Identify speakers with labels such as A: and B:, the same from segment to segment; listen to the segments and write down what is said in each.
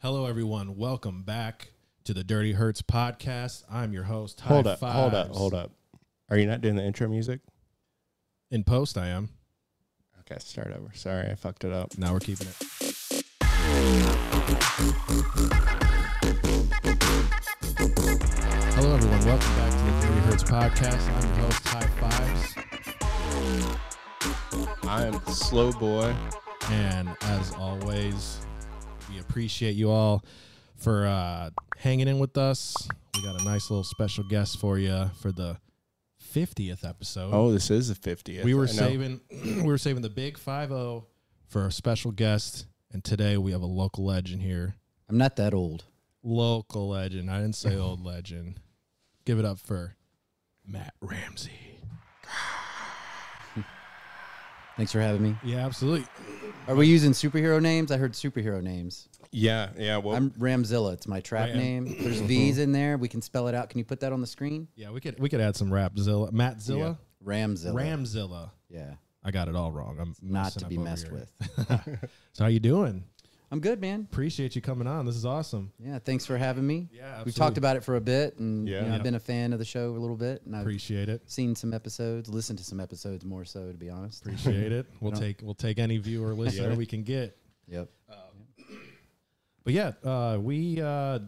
A: Hello, everyone. Welcome back to the Dirty Hurts podcast. I'm your host. High
B: Hold up, hold up,
A: Fives.
B: hold up. Are you not doing the intro music?
A: In post, I am.
B: Okay, start over. Sorry, I fucked it up.
A: Now we're keeping it. Hello, everyone. Welcome back to the Dirty Hurts podcast. I'm your host, High Fives.
B: I am slow boy.
A: And as always, we appreciate you all for uh, hanging in with us. We got a nice little special guest for you for the 50th episode.
B: Oh, this is the 50th.
A: we
B: I
A: were
C: uh,
B: know.
A: saving we were saving the big 50 for a special guest and today we have a local legend here.
C: I'm not that old.
A: Local legend. I didn't say old legend. Give it up for Matt Ramsey.
C: Thanks for having me.
A: Yeah, absolutely.
C: Are we using superhero names? I heard superhero names.
B: Yeah, yeah.
A: Oh.
B: Well,
C: I'm Ramzilla. It's my trap
A: am.
C: name. There's
A: Mm-hmm.
C: V's in there. We can spell it out. Can you put that on the screen?
A: Yeah, we could we could add some Rapzilla, Mattzilla,
C: Ramzilla.
A: Ramzilla.
C: Yeah.
A: I got it all wrong. I'm
C: Not
A: messing
C: to
A: up
C: be
A: over
C: messed
A: here.
C: with.
A: So how you doing?
C: I'm good, man.
A: Appreciate you coming on. This is awesome.
C: Yeah. Thanks for having me.
A: Yeah,
C: We've
A: absolutely.
C: talked about it for a bit, and you
B: Yeah.
C: know,
B: Yeah.
C: I've been a fan of the show a little bit, and I've
A: Appreciate it.
C: seen some episodes, listened to some episodes more so, to be honest.
A: Appreciate it. We'll
C: No.
A: take we'll take any viewer listener we can get.
C: Yep.
A: But yeah, uh, we uh,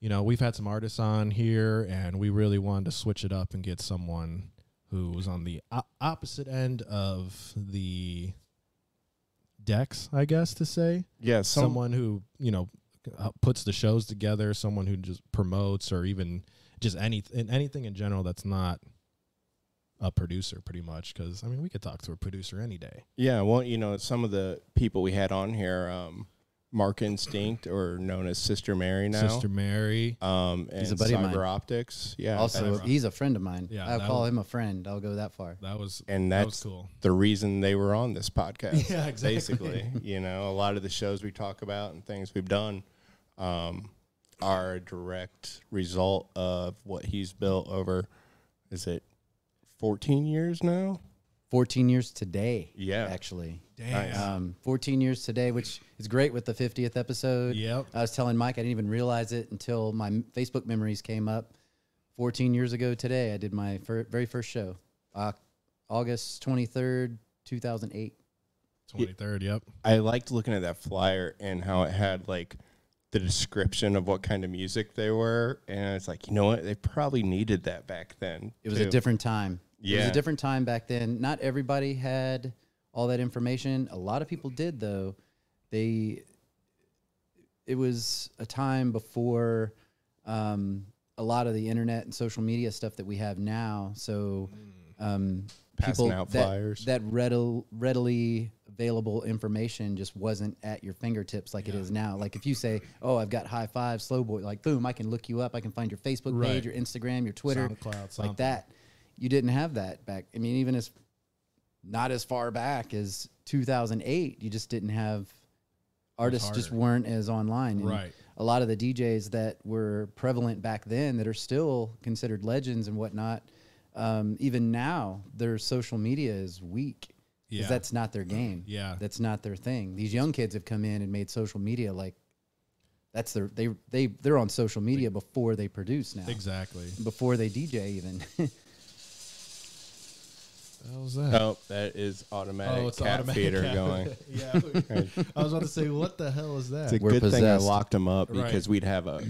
A: you know we've had some artists on here, and we really wanted to switch it up and get someone who was on the o- opposite end of the decks, I guess to say.
B: yeah, some,
A: someone who you know uh, puts the shows together, someone who just promotes or even just anything anything in general that's not a producer, pretty much. Because I mean, we could talk to a producer any day.
B: Yeah, well, you know, some of the people we had on here, um, Mark Instinct, or known as Sister Mary now.
A: Sister Mary,
B: Um, and
C: He's a buddy of
B: Cyber
C: mine.
B: Optics. Yeah.
C: Also,
B: that's-
C: he's a friend of mine.
A: Yeah,
C: I'll
A: that
C: call
A: was-
C: him a friend. I'll go that far.
A: that was
B: and
A: that
B: that's
A: was cool.
B: the reason they were on this podcast.
A: Yeah, exactly.
B: Basically, you know, a lot of the shows we talk about and things we've done um, are a direct result of what he's built over. Is it fourteen years now?
C: 14 years today.
B: Yeah.
C: Actually.
A: Damn.
C: Um, 14 years today, which is great with the 50th episode.
A: Yep.
C: I was telling Mike I didn't even realize it until my m- Facebook memories came up. 14 years ago today, I did my fir- very first show, uh, August 23rd, 2008.
A: Twenty third. Yep.
B: I liked looking at that flyer and how it had like the description of what kind of music they were, and it's like, you know what? They probably needed that back then.
C: It was
B: too.
C: a different time. It was
B: Yeah.
C: a different time back then. Not everybody had all that information. A lot of people did though. They it was a time before um, a lot of the internet and social media stuff that we have now. So um,
B: Hmm. Passing
C: people
B: out
C: that,
B: flyers.
C: that readil- readily available information just wasn't at your fingertips like it is now. Like if you say, "Oh, I've got High Five, Slow Boy," like boom, I can look you up. I can find your Facebook
A: Right.
C: page, your Instagram, your Twitter,
A: SoundCloud, something.
C: like that. You didn't have that back. I mean, even as not as far back as 2008, you just didn't have artists just
A: harder.
C: weren't as online. And
A: Right.
C: A lot of the DJs that were prevalent back then that are still considered legends and whatnot, um, even now their social media is weak. 'cause
A: Yeah. Uh,
C: that's not their game.
A: Yeah.
C: That's not their thing. These young kids have come in and made social media like that's their they they they're on social media before they produce now
A: Exactly.
C: before they DJ even.
A: How was that?
B: Oh, that is automatic
A: Oh, it's the
B: cat
A: automatic
B: feeder
A: cat-
B: going.
A: yeah. I was about to say, what the hell is that?
B: It's a
C: We're
B: good thing I
C: possessed.
B: locked them up
A: Right.
B: because we'd have a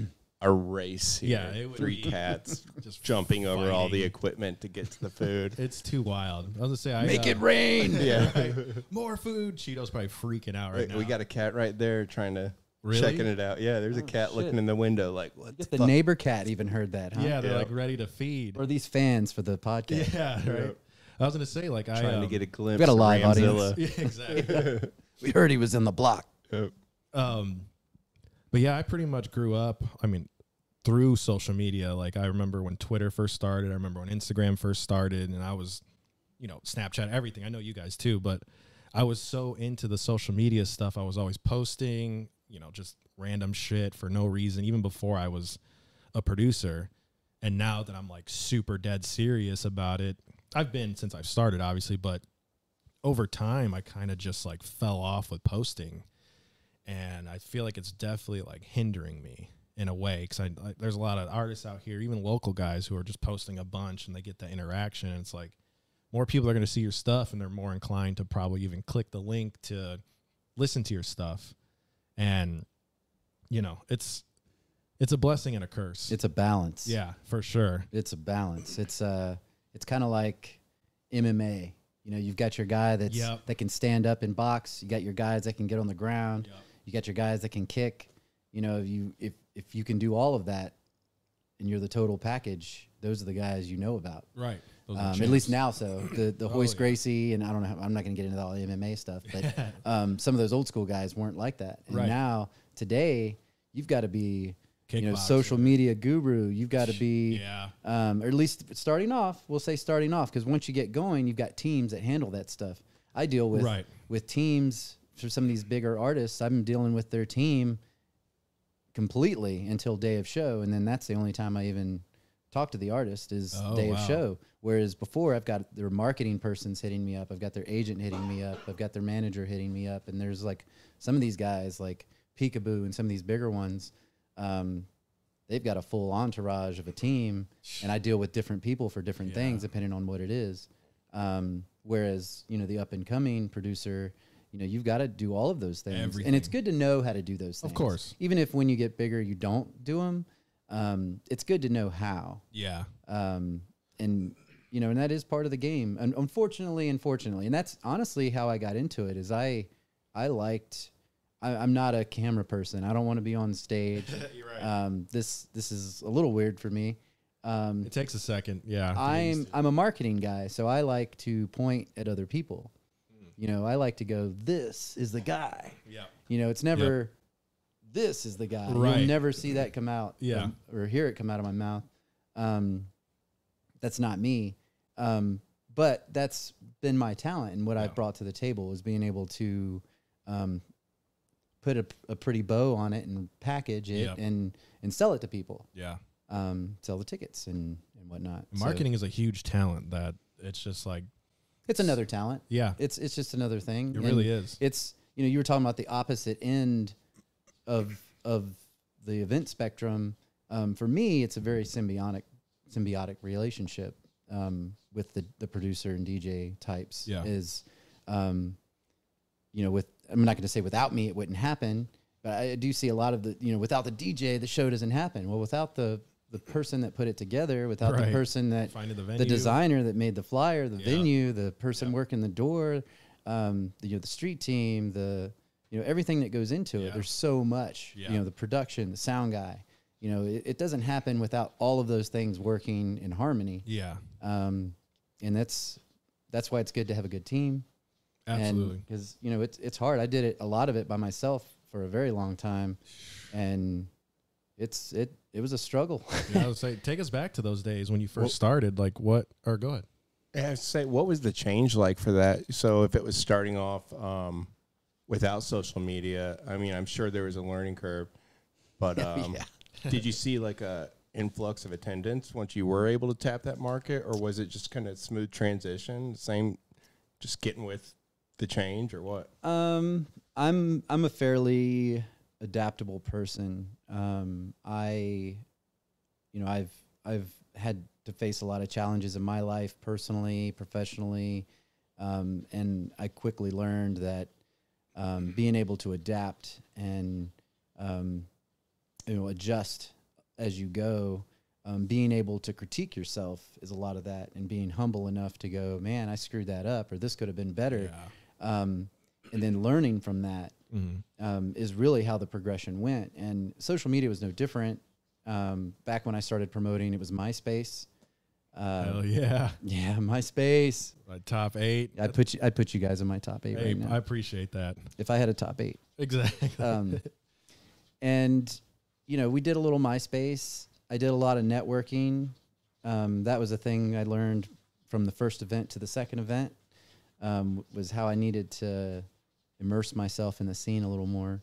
B: a race here.
A: Yeah, it would
B: three
A: be
B: cats
A: just
B: just jumping over all the
A: fighting.
B: equipment to get to the food.
A: It's too wild. I was gonna say, I uh,
C: rain.
B: yeah,
A: more food. Cheeto's probably freaking out right
B: Wait,
A: now.
B: we got a cat right there trying to
A: Really?
B: checking it out. Yeah, there's a cat looking in the window like what the
C: The
B: fuck?
C: neighbor cat even heard that, huh?
A: yeah, they're
B: Yeah.
A: like ready to feed.
C: Or these fans for the podcast.
A: Yeah, right. I was gonna say like I
B: trying
A: um,
B: to get a glimpse.
C: got a
B: of
C: live
B: Ramzilla.
A: yeah, exactly.
C: We heard he was in the block.
B: Oh,
A: um, but yeah, I pretty much grew up. I mean, through social media. Like I remember when Twitter first started. I remember when Instagram first started, and I was, you know, Snapchat, everything. I know you guys too, but I was so into the social media stuff. I was always posting, you know, just random shit for no reason, even before I was a producer. And now that I'm like super dead serious about it, I've been since I've started, obviously, but over time, I kind of just like fell off with posting and I feel like it's definitely like hindering me in a way because I, I there's a lot of artists out here, even local guys who are just posting a bunch and they get that interaction. And it's like more people are going to see your stuff and they're more inclined to probably even click the link to listen to your stuff. And you know, it's it's a blessing and a curse.
C: It's a balance.
A: yeah, for sure.
C: It's a balance. It's uh it's kind of like MMA. You know, you've got your guy that's
A: Yep.
C: that can stand up and box. You got your guys that can get on the ground.
A: Yep.
C: You got your guys that can kick. You know, if you if if you can do all of that and you're the total package, those are the guys you know about.
A: Right. Those are
C: Um, at
A: champs.
C: least now, so the the Hoist
A: yeah.
C: Gracie and I don't know. How, I'm not going to get into all the MMA stuff, but um, some of those old school guys weren't like that. And
A: Right.
C: now today, you've got to be you know
A: Kickboxer.
C: social media guru. You've got to be
A: Yeah.
C: um, or at least starting off. We'll say starting off because once you get going, you've got teams that handle that stuff. I deal with
A: Right.
C: with teams for some of these bigger artists. I'm dealing with their team completely until day of show, and then that's the only time I even talk to the artist is
A: Oh,
C: day
A: wow.
C: of show. Whereas before, I've got their marketing person's hitting me up, I've got their agent hitting me up, I've got their manager hitting me up, and there's like some of these guys like Peekaboo and some of these bigger ones. Um, they've got a full entourage of a team, and I deal with different people for different things depending on what it is. Um, whereas you know the up and coming producer, you know you've got to do all of those things, and it's
A: Everything.
C: good to know how to do those things.
A: course.
C: even if when you get bigger you don't do them, um, it's good to know how.
A: Yeah.
C: Um, and you know, and that is part of the game. And unfortunately, unfortunately, and that's honestly how I got into it. Is I, I liked. I, I'm not a camera person. I don't want to be on stage.
A: You're right.
C: um, this this is a little weird for me. Um,
A: It takes a second. Yeah.
C: I'm I'm a marketing guy, so I like to point at other people.
A: Hmm.
C: You know, I like to go. This is the guy.
A: yeah.
C: You know, it's never. This is the guy.
A: Right.
C: You'll never see that come out.
A: Yeah.
C: um, or hear it come out of my mouth. Um, that's not me. Um, but that's been my talent and what I've brought to the table is being able to um, put a, a pretty bow on it and package it
A: Yeah.
C: and and sell it to people,
A: Yeah.
C: um, sell the tickets and and whatnot. So
A: Marketing is a huge talent that it's just like,
C: it's another talent.
A: yeah,
C: It's it's just another thing.
A: it really
C: And
A: is.
C: It's you know you were talking about the opposite end of of the event spectrum. Um, for me, it's a very symbiotic symbiotic relationship um, with the the producer and DJ types.
A: Yeah.
C: Is um, you know with I'm not going to say without me it wouldn't happen, but I do see a lot of the you know without the DJ the show doesn't happen. Well, without the the person that put it together, without
A: Right.
C: the person that
A: Finding the
C: the
A: venue.
C: designer that made the flyer, the venue, the person working the door, um, the, you know, the street team, the you know everything that goes into it. There's so much.
A: Yeah.
C: You know, the production, the sound guy. You know, it, it doesn't happen without all of those things working in harmony.
A: Yeah.
C: Um, and that's that's why it's good to have a good team.
A: Absolutely.
C: Because you know it's it's hard. I did it a lot of it by myself for a very long time, and it's it it was a struggle.
A: yeah, I would say take us back to those days when you first started. Like what? Or go ahead.
B: I have to say, what was the change like for that? So, if it was starting off um, without social media, I mean, I'm sure there was a learning curve, but um, did you see like a influx of attendance once you were able to tap that market, or was it just kind of smooth transition? Same, just getting with the change, or what?
C: Um, I'm I'm a fairly adaptable person. Um, I, you know, I've I've had to face a lot of challenges in my life, personally, professionally, um, and I quickly learned that um, being able to adapt and um, you know adjust as you go. Um, being able to critique yourself is a lot of that, and being humble enough to go, man, I screwed that up, or this could have been better um, and then learning from that
A: Mm-hmm.
C: um, is really how the progression went. And social media was no different. Um, back when I started promoting, it was MySpace. Uh,
A: Hell yeah.
C: yeah, MySpace.
A: My top eight.
C: I put you, I put you guys in my top eight
A: Hey,
C: right now.
A: I appreciate that.
C: if I had a top eight,
A: Exactly.
C: um, and you know, we did a little MySpace. I did a lot of networking. Um, that was a thing I learned from the first event to the second event. Um, was how I needed to immerse myself in the scene a little more.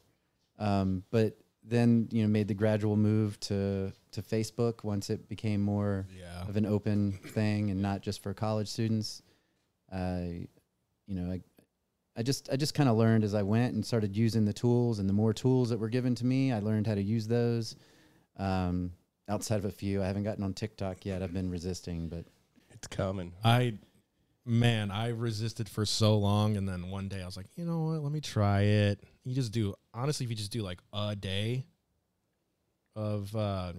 C: Um, but then you know, made the gradual move to to Facebook once it became more
A: yeah.
C: of an open thing and not just for college students. I, you know, I, I just I just kind of learned as I went and started using the tools, and the more tools that were given to me, I learned how to use those. Um, outside of a few, I haven't gotten on TikTok yet. I've been resisting, but
B: It's coming.
A: I, man, I resisted for so long, and then one day I was like, you know what? Let me try it. You just do honestly, if you just do like a day of, uh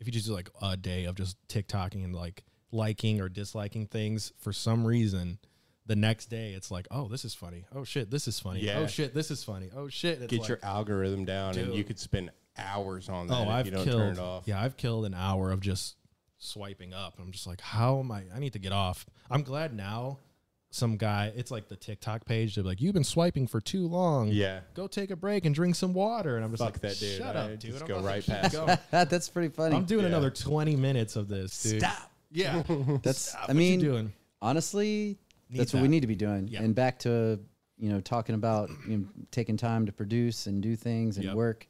A: if you just do like a day of just TikToking and like liking or disliking things for some reason. The next day, it's like, oh, this is funny. Oh shit, this is funny.
B: Yeah.
A: Oh shit, this is funny. Oh shit. It's
B: Get
A: like-
B: your algorithm down, and you
A: dude.
B: could spend hours on that
A: Oh,
B: if
A: I've
B: you don't
A: killed.
B: turn it off.
A: Yeah, I've killed an hour of just swiping up. I'm just like, how am I? I need to get off. I'm glad now. Some guy, it's like the TikTok page. They're like, you've been swiping for too long.
B: Yeah.
A: go take a break and drink some water. And I'm just
B: Fuck
A: like,
B: that dude.
A: Shut
B: I
A: up, dude.
B: just
A: I'm
B: go
A: about to
B: right
A: keep
B: past
A: going.
C: that's pretty funny.
A: I'm doing
B: Yeah.
A: another 20 minutes of this, dude. Stop. Yeah.
C: that's I
A: What
C: mean,
A: you doing?
C: honestly, that's what
A: that.
C: we need to be doing.
A: Yeah.
C: And back to you know talking about you know, taking time to produce and do things and
A: Yep.
C: work.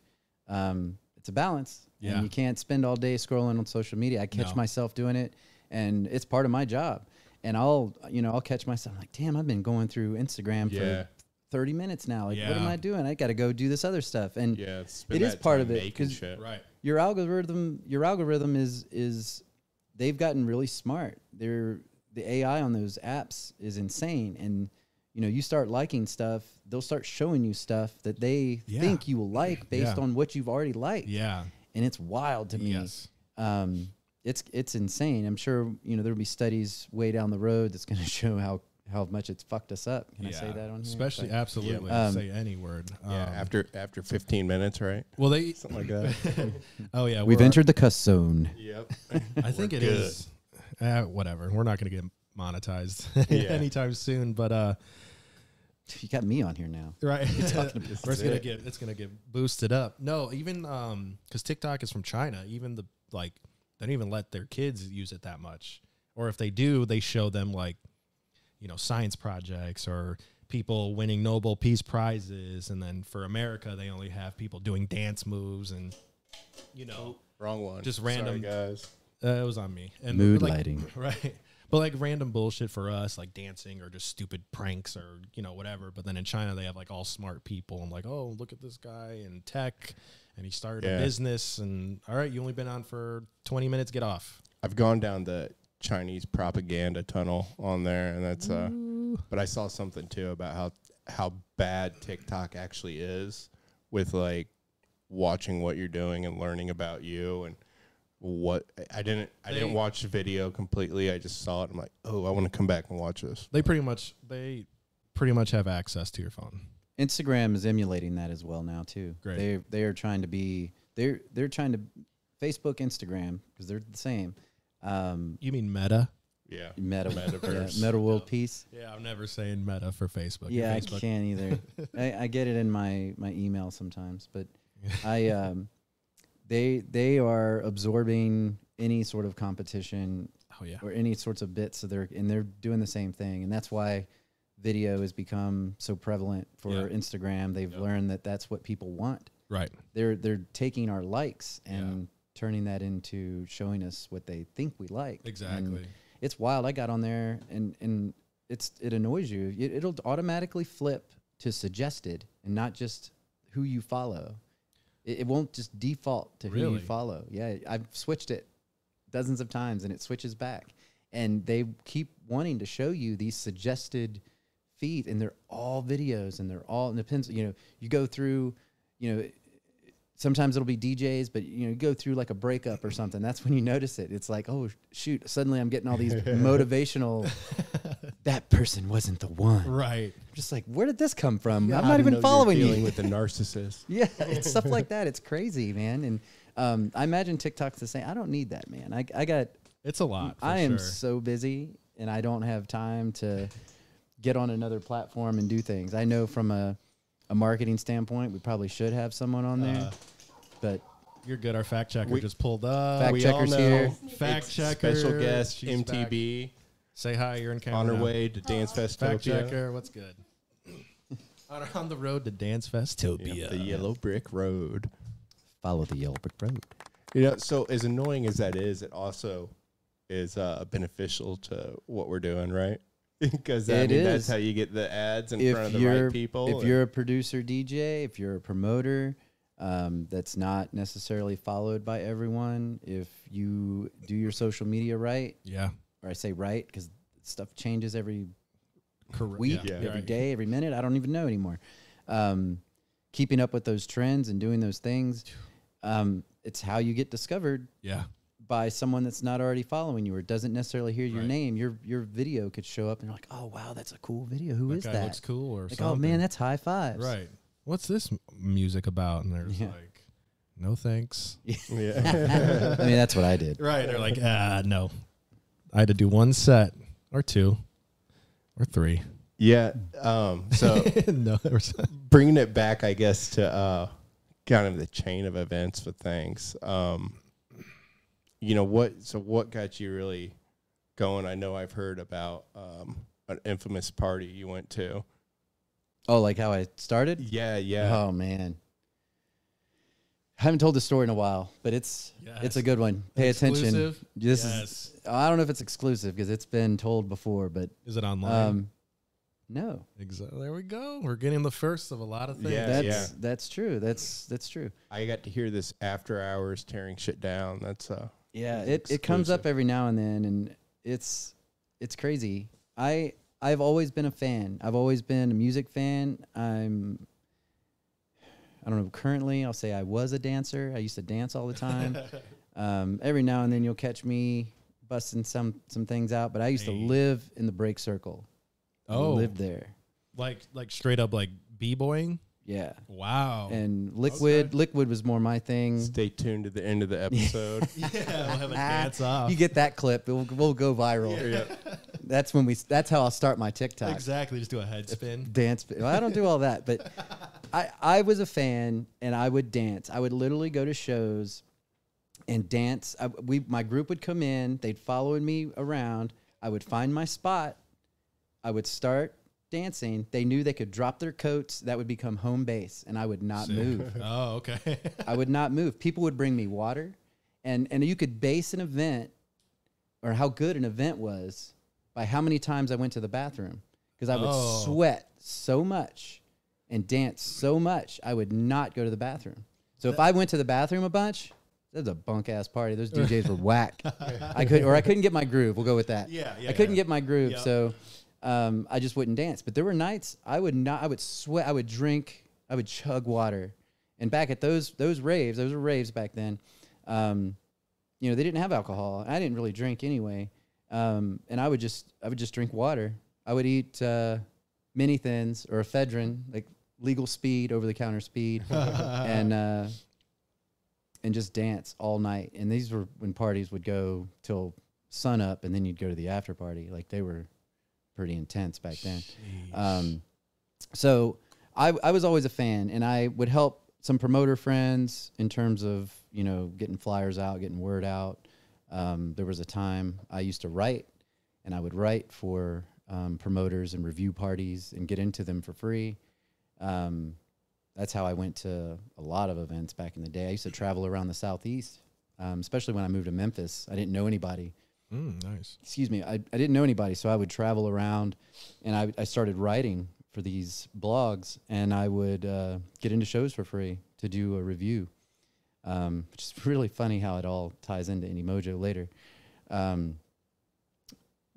C: Um, it's a balance,
A: Yeah.
C: and you can't spend all day scrolling on social media. I catch
A: No.
C: myself doing it, and it's part of my job. And I'll you know I'll catch myself like, damn, I've been going through Instagram
B: Yeah.
C: for. 30 minutes now like what am
A: Yeah.
C: i doing i gotta go do this other stuff and
B: Yeah.
C: it
B: spend
C: is
B: that
C: part
B: time
C: of it
B: Making
C: 'cause
B: shit.
A: Right.
C: your algorithm your algorithm is is they've gotten really smart they're the ai on those apps is insane and you know you start liking stuff they'll start showing you stuff that they
A: Yeah.
C: think you will like based
A: Yeah.
C: on what you've already liked
A: Yeah.
C: and it's wild to me
A: Yes.
C: um, it's it's insane i'm sure you know there'll be studies way down the road that's going to show how how much it's fucked us up can i say
A: Yeah.
C: that on here
A: Especially,
C: But-
A: absolutely.
C: Um,
A: say any word.
B: Yeah.
A: Um,
B: after after 15 minutes, right?
A: well, they.
B: Something like that.
A: Oh yeah.
C: we've
A: we're-
C: entered the cuss zone
B: yep.
A: I think it
B: good.
A: is. Uh, whatever. We're not going to get monetized
B: Yeah.
A: anytime soon, but uh,
C: you got me on here now
A: right, it's
B: about-
A: going to
B: That's
A: get it's going to get boosted up. No, even um, because TikTok is from China, even the like they don't even let their kids use it that much, or if they do, they show them like you know science projects or people winning Nobel Peace prizes, and then for America, they only have people doing dance moves and you know.
B: Wrong one.
A: Just
B: Sorry,
A: random-
B: guys.
A: Uh, it was on me. And
C: Mood
A: like-
C: lighting.
A: right? But like random bullshit for us, like dancing or just stupid pranks or you know whatever. But then in China, they have like all smart people and like, oh, look at this guy in tech, and he started
B: Yeah.
A: a business. And all right, you only been on for twenty minutes. Get off.
B: I've gone down the Chinese propaganda tunnel on there, and that's uh. But I saw something too about how how bad TikTok actually is with like watching what you're doing and learning about you and what I didn't I didn't
A: They-
B: watch the video completely. I just saw it. I'm like, oh, I want to come back and watch this.
A: They pretty much they pretty much have access to your phone.
C: Instagram is emulating that as well now too.
A: Great.
C: They they are trying to be they're they're trying to Facebook, Instagram because they're the same. Um,
A: You mean Meta?
B: Yeah,
C: meta
B: Metaverse.
C: yeah, meta world peace.
A: Yeah, I'm never saying Meta for Facebook. Your
C: yeah, I
A: Facebook.
C: can't either. I, I get it in my my email sometimes, but I um, they they are absorbing any sort of competition
A: Oh yeah.
C: or any sorts of bits of their and they're doing the same thing and that's why video has become so prevalent for
A: Yeah.
C: instagram they've learned that that's what people want
A: Right.
C: they're they're taking our likes and turning that into showing us what they think we like. And
A: Exactly.
C: it's wild. I got on there and and it's it annoys you. It, it'll automatically flip to suggested and not just who you follow. It, it won't just default to who you
A: Really?
C: follow. Yeah, I've switched it dozens of times and it switches back. And they keep wanting to show you these suggested feeds and they're all videos and they're all and depends, you know, you go through, you know, sometimes it'll be DJs, but you know, you go through like a breakup or something. That's when you notice it. It's like, oh shoot, suddenly I'm getting all these motivational that person wasn't the one.
A: Right.
C: I'm just like, where did this come from? I'm
B: How
C: not
B: to know
C: even
B: you're
C: following
B: dealing
C: you.
B: with the narcissist.
C: Yeah, it's stuff like that. It's crazy, man. And um, I imagine TikTok's the same. I don't need that, man. I, I got,
A: It's a lot. for
C: I am
A: sure.
C: so busy and I don't have time to get on another platform and do things. I know from a, a marketing standpoint, we probably should have someone on
B: Uh,
C: there, but
A: You're good. Our fact checker
B: We-
A: just pulled up.
C: Fact
A: We
B: uh, We all
C: checker's
B: know
C: here.
A: Fact
B: it's
A: checker.
B: special guest
A: She's back.
B: MTB
A: Say hi. You're in camera.
B: on her
A: now.
B: way to Dance Fest
A: Fact checker. What's good? on, on the road to Dance Fest.
B: Yep, the yellow brick road.
C: follow the yellow brick road.
B: You know, so as annoying as that is, it also is uh, beneficial to what we're doing, right? because I
C: It
B: mean, that's
C: is.
B: how you get the ads in front of
C: if
B: the
C: you're
B: right people.
C: if
B: and-
C: you're a producer DJ, if you're a promoter, um, that's not necessarily followed by everyone. If you do your social media right,
A: Yeah.
C: or I say right because stuff changes every
A: Correct.
C: week,
A: Yeah.
C: every
A: Right.
C: day, every minute. I don't even know anymore. Um, keeping up with those trends and doing those things, um, it's how you get discovered
A: Yeah.
C: by someone that's not already following you or doesn't necessarily hear your
A: Right.
C: name. Your your video could show up and you're like, oh wow, that's a cool video. Who
A: That
C: is
A: guy
C: that?
A: looks cool or
C: like,
A: something.
C: oh man, that's high fives.
A: Right. What's this m- music about? And they're just
C: Yeah.
A: like, no thanks.
B: yeah.
C: I mean, that's what I did.
A: Right. They're like, ah, no. I had to do one set or two or three.
B: yeah. Um, so
A: no, there was-
B: bringing it back, I guess, to uh, kind of the chain of events with things. Um, you know what? So what got you really going? I know I've heard about um, an infamous party you went to.
C: Oh, like how I started?
B: Yeah, yeah.
C: Oh man. I haven't told the story in a while, but it's it's a good one. Pay attention.
A: Exclusive?
C: This is
A: Yes.
C: I don't know if it's exclusive because it's been told before, but
A: Is it online?
C: um no.
A: exactly. There we go. We're getting the first of a lot of things.
B: Yeah,
C: That's that's true. That's that's true.
B: I got to hear this after hours tearing shit down. That's uh,
C: Yeah,
B: It's
C: it, it comes up
B: exclusive.
C: every now and then, and it's it's crazy. I I've always been a fan. I've always been a music fan. I'm I don't know. Currently, I'll say I was a dancer. I used to dance all the time. um, every now and then, you'll catch me busting some some things out. But I used
A: Hey.
C: to live in the break circle. I
A: Oh,
C: lived there.
A: like like straight up like b-boying.
C: Yeah.
B: Oh.
A: Wow.
C: And liquid liquid was more my thing.
B: stay tuned to the end of the episode.
A: yeah, we'll have a
C: Ah,
A: dance off.
C: You get that clip, we'll, we'll go viral. That's when we. That's how I'll start my TikTok.
A: exactly. Just do a head spin.
C: dance. Well, I don't do all that, but I I was a fan and I would dance. I would literally go to shows and dance. I, we my group would come in, they'd follow me around. I would find my spot. I would start dancing. They knew they could drop their coats. That would become home base, and I would not move.
A: Oh, okay.
C: I would not move. People would bring me water, and and you could base an event or how good an event was by how many times I went to the bathroom because I would
A: Oh.
C: sweat so much and dance so much I would not go to the bathroom. So if I went to the bathroom a bunch, that was a bunk ass party. Those DJs were whack. I could or I couldn't get my groove. We'll go with that.
A: Yeah, yeah,
C: I couldn't
A: yeah.
C: get my groove,
A: Yeah.
C: so um, I just wouldn't dance. But there were nights I would not. I would sweat. I would drink. I would chug water. And back at those those raves, those were raves back then. Um, you know, they didn't have alcohol. I didn't really drink anyway. Um, and I would just I would just drink water. I would eat uh, mini thins or ephedrine, like legal speed, over the counter speed, and uh, and just dance all night. And these were when parties would go till sun up, and then you'd go to the after party. Like they were pretty intense back then. Um, so I, I was always a fan, and I would help some promoter friends in terms of you know getting flyers out, getting word out. Um, there was a time I used to write, and I would write for um, promoters and review parties and get into them for free. Um, that's how I went to a lot of events back in the day. I used to travel around the southeast, um, especially when I moved to Memphis. I didn't know anybody,
A: Mm, nice.
C: excuse me, I, I didn't know anybody, so I would travel around and I, I started writing for these blogs and I would uh, get into shows for free to do a review, um, which is really funny how it all ties into Anymojo later. Um,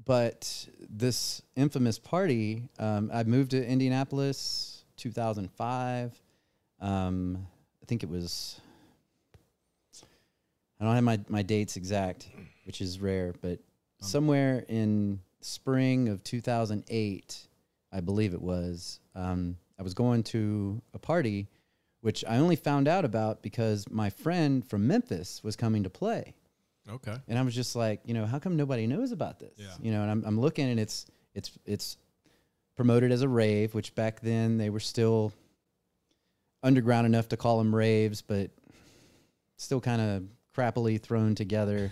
C: but this infamous party, um, I moved to Indianapolis 2005. Um, I think it was, I don't have my, my dates exact, which is rare, but somewhere in spring of 2008, I believe it was, um, I was going to a party, which I only found out about because my friend from Memphis was coming to play.
A: Okay.
C: And I was just like, you know, how come nobody knows about this?
A: Yeah.
C: You know, and I'm, I'm looking and it's, it's, it's promoted as a rave, which back then they were still underground enough to call them raves, but still kind of crappily thrown together,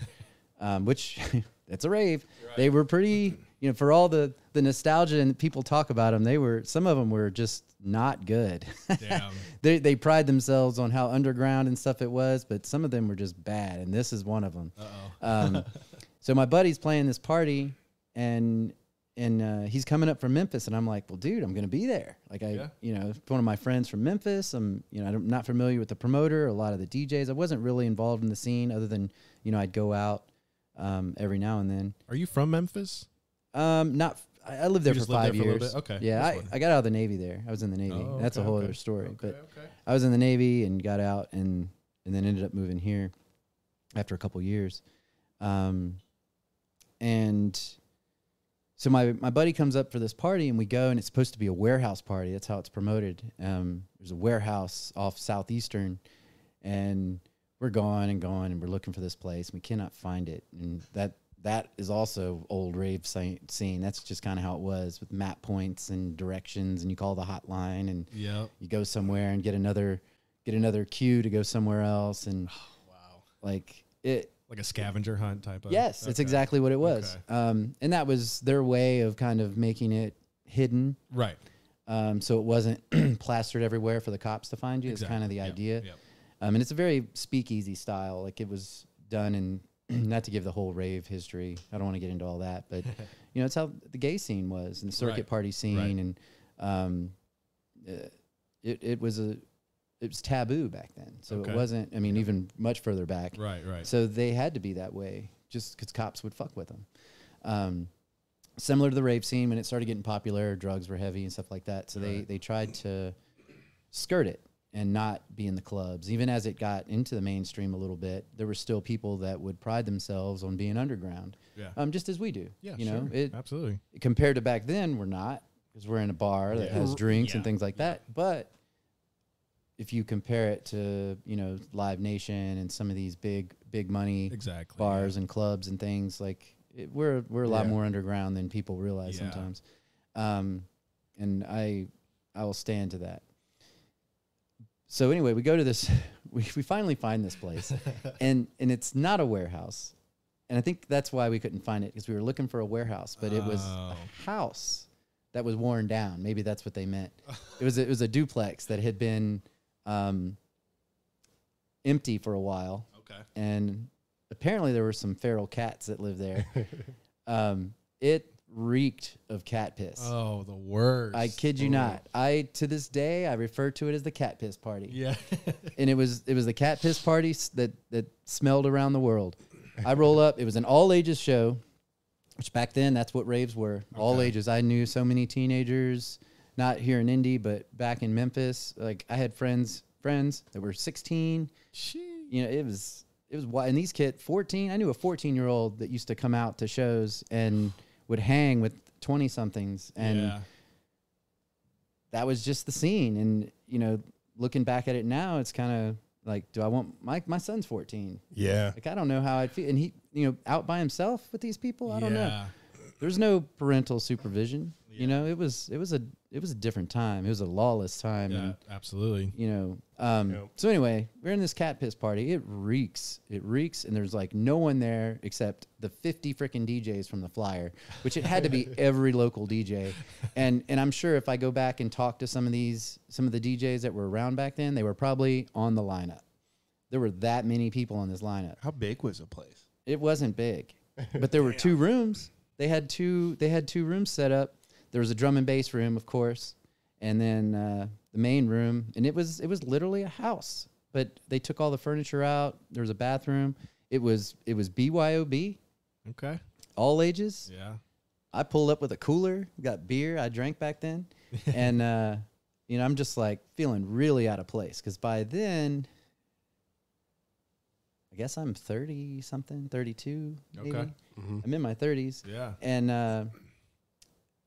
C: um, which it's a rave. They were pretty, you know, for all the, the nostalgia and people talk about them, they were, some of them were just not good.
A: Damn.
C: they, they pride themselves on how underground and stuff it was, but some of them were just bad. And this is one of them.
A: Uh oh.
C: Um, so my buddy's playing this party, and and uh, he's coming up from Memphis, and I'm like, well, dude, I'm gonna be there. Like I,
A: Yeah.
C: you know, it's one of my friends from Memphis. I'm, you know, I'm not familiar with the promoter, or a lot of the DJs. I wasn't really involved in the scene other than, you know, I'd go out um, every now and then.
A: Are you from Memphis?
C: Um, not. f- I I lived there
A: just
C: for
A: lived
C: five
A: there for a
C: years.
A: little bit? Okay,
C: Yeah,
A: that's
C: I,
A: fine.
C: I got out of the Navy there. I was in the Navy.
A: Oh,
C: That's a
A: okay,
C: whole
A: okay.
C: other story. But
A: okay.
C: I was in the Navy and got out and and then ended up moving here after a couple years. Um, and so my my buddy comes up for this party and we go and it's supposed to be a warehouse party. That's how it's promoted. Um, there's a warehouse off southeastern, and we're going and going and we're looking for this place. and We cannot find it, and that that is also old rave sci- scene. That's just kind of how it was with map points and directions, and you call the hotline and
A: Yep.
C: you go somewhere and get another get another cue to go somewhere else and
A: Wow.
C: like it
A: Like a scavenger hunt type of.
C: yes that's
A: Okay.
C: exactly what it was
A: Okay.
C: um, and that was their way of kind of making it hidden
A: Right.
C: um, so it wasn't plastered everywhere for the cops to find you it's kind of the
A: Yep,
C: idea
A: yep.
C: um, and it's a very speakeasy style like it was done in not to give the whole rave history i don't want to get into all that but you know it's how the gay scene was and the circuit
A: Right,
C: party scene
A: right.
C: and um, uh, it, it was a it was taboo back then so
A: Okay.
C: it wasn't i mean even much further back
A: Right. Right.
C: so they had to be that way just because cops would fuck with them. Um, similar to the rape scene, when it started getting popular, drugs were heavy and stuff like that. So they,
A: Right.
C: they tried to skirt it and not be in the clubs. Even as it got into the mainstream a little bit, there were still people that would pride themselves on being underground,
A: yeah.
C: um, just as we do.
A: yeah.
C: you
A: sure.
C: know, it,
A: Absolutely.
C: compared to back then, we're not because we're in a bar that
B: Yeah.
C: has
A: R-
C: drinks and
A: yeah,
C: things like that. But if you compare it to you know Live Nation and some of these big big money
A: Exactly.
C: bars and clubs and things like it, we're we're a lot
B: Yeah.
C: more underground than people realize
A: Yeah.
C: sometimes um and i i will stand to that so anyway we go to this we, we finally find this place and and it's not a warehouse and i think that's why we couldn't find it because we were looking for a warehouse but it was
A: Oh.
C: a house that was worn down maybe that's what they meant it was it was a duplex that had been um empty for a while
A: Okay.
C: and apparently there were some feral cats that lived there. um, it reeked of cat piss.
A: Oh, the worst.
C: I kid you
A: Oh.
C: not. I to this day I refer to it as the cat piss party,
A: Oh. Yeah.
C: and it was it was the cat piss party s- that that smelled around the world. I roll up. It was an all ages show, which back then that's what raves were all
A: Okay.
C: ages. I knew so many teenagers, not here in Indy, but back in Memphis. Like I had friends friends that were 16
A: Sheesh.
C: you know, it was it was wild. And these kids, fourteen, I knew a fourteen year old that used to come out to shows and would hang with twenty somethings, and
A: yeah.
C: that was just the scene. And you know, looking back at it now, it's kind of like, do I want my my son's fourteen?
B: Yeah.
C: Like I don't know how I'd feel, and he, you know, out by himself with these people. I don't know.
A: yeah.
C: There's no parental supervision. You know, it was it was a it was a different time. It was a lawless time.
A: Yeah.
C: and
A: Absolutely.
C: you know. Um,
B: Yep.
C: So anyway, we're in this cat piss party. It reeks. It reeks, and there's like no one there except the 50 freaking DJs from the flyer, which it had to be every local DJ. And and I'm sure if I go back and talk to some of these some of the DJs that were around back then, they were probably on the lineup. There were that many people on this lineup.
B: How big was the place?
C: It wasn't big, but there were two rooms. They had two. They had two rooms set up. There was a drum and bass room, of course, and then uh, the main room. And it was it was literally a house, but they took all the furniture out. There was a bathroom. It was it was BYOB,
A: Okay.
C: all ages.
A: Yeah.
C: I pulled up with a cooler, got beer. I drank back then, and uh, you know I'm just like feeling really out of place because by then, I guess I'm thirty something, thirty two.
A: Okay.
B: Mm-hmm.
C: I'm in my thirties,
A: Yeah.
C: and uh,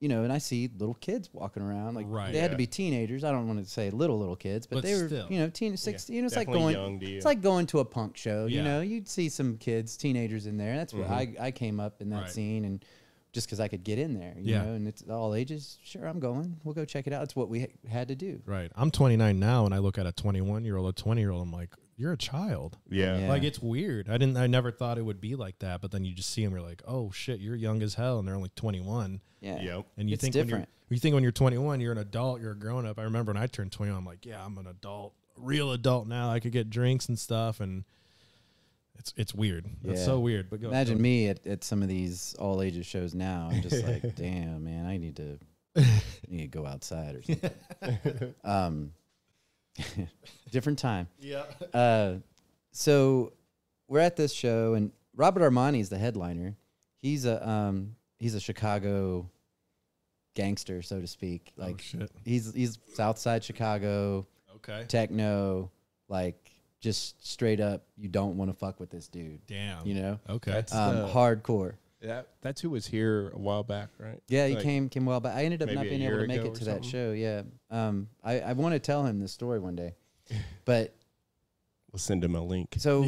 C: you know, and I see little kids walking around. Like
A: Right.
C: they had to
B: Yeah.
C: be teenagers. I don't want to say little little kids, but,
A: But
C: they were
A: still.
C: you know teen six. You know, it's like
B: Definitely
C: going.
B: young to you.
C: It's like going to a punk show. You
A: Yeah. Mm-hmm.
C: know, you'd see some kids, teenagers in there. That's where I I came up in that
A: Right.
C: scene, and just because I could get in there, you
A: Yeah.
C: know, and it's all ages. Sure, I'm going. We'll go check it out. It's what we ha- had to do.
A: Right. I'm 29 now, and I look at a 21 year old, a 20 year old. I'm like, you're a child.
B: yeah.
C: Yeah.
A: Like it's weird. I didn't. I never thought it would be like that. But then you just see them. You're like, oh shit, you're young as hell, and they're only 21.
C: Yeah.
B: Yep.
A: And you
C: It's
A: think When
C: different.
A: you're, you think when you're 21, you're an adult. You're a grown up. I remember when I turned 21, I'm like, yeah, I'm an adult, a real adult now. I could get drinks and stuff, and It's it's weird. It's
C: Yeah.
A: so weird. But go
C: Imagine me at, at some of these all ages shows now. I'm just like, damn, man, I need to I need to go outside or something. um, different time.
A: Yeah.
C: Uh, so we're at this show, and Robert Armani is the headliner. He's a um, he's a Chicago gangster, so to speak.
B: Oh,
A: Like
C: Like
A: shit.
C: he's he's Southside Chicago
A: Okay.
C: techno, like just straight up. You don't want to fuck with this dude,
A: Damn.
C: you know?
A: Okay.
B: Oh, That's-
C: Um,
B: the-
C: hardcore.
B: That that's who was here a while back, right?
C: Yeah, he
B: Like,
C: came came well, but I ended up
B: maybe
C: not
B: a
C: being able
B: year
C: to make
B: ago
C: it
B: or
C: to that
B: something?
C: show. Yeah, um, I I want to tell him this story one day, but
B: We'll send him a link.
C: so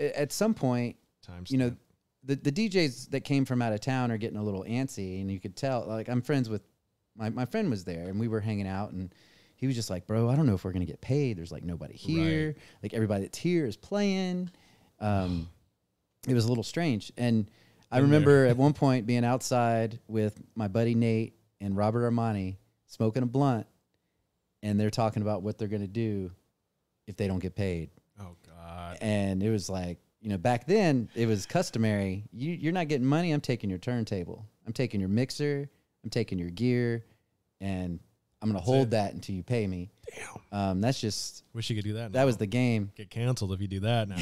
C: a- at some point,
A: Times.
C: you know, the the DJs that came from out of town are getting a little antsy, and you could tell. Like I'm friends with my my friend was there, and we were hanging out, and he was just like, "Bro, I don't know if we're gonna get paid. There's like nobody here. Like everybody that's here is playing." Um, it was a little strange, and I
A: Been there.
C: remember at one point being outside with my buddy Nate and Robert Armani smoking a blunt, and they're talking about what they're gonna do if they don't get paid
A: Oh god.
C: and it was like you know back then it was customary you, you're not getting money i'm taking your turntable i'm taking your mixer i'm taking your gear and i'm going to hold
A: it.
C: that until you pay me
A: Damn.
C: um, that's just
A: Wish you could do that.
C: that
A: now.
C: was the game
A: get canceled if you do that now.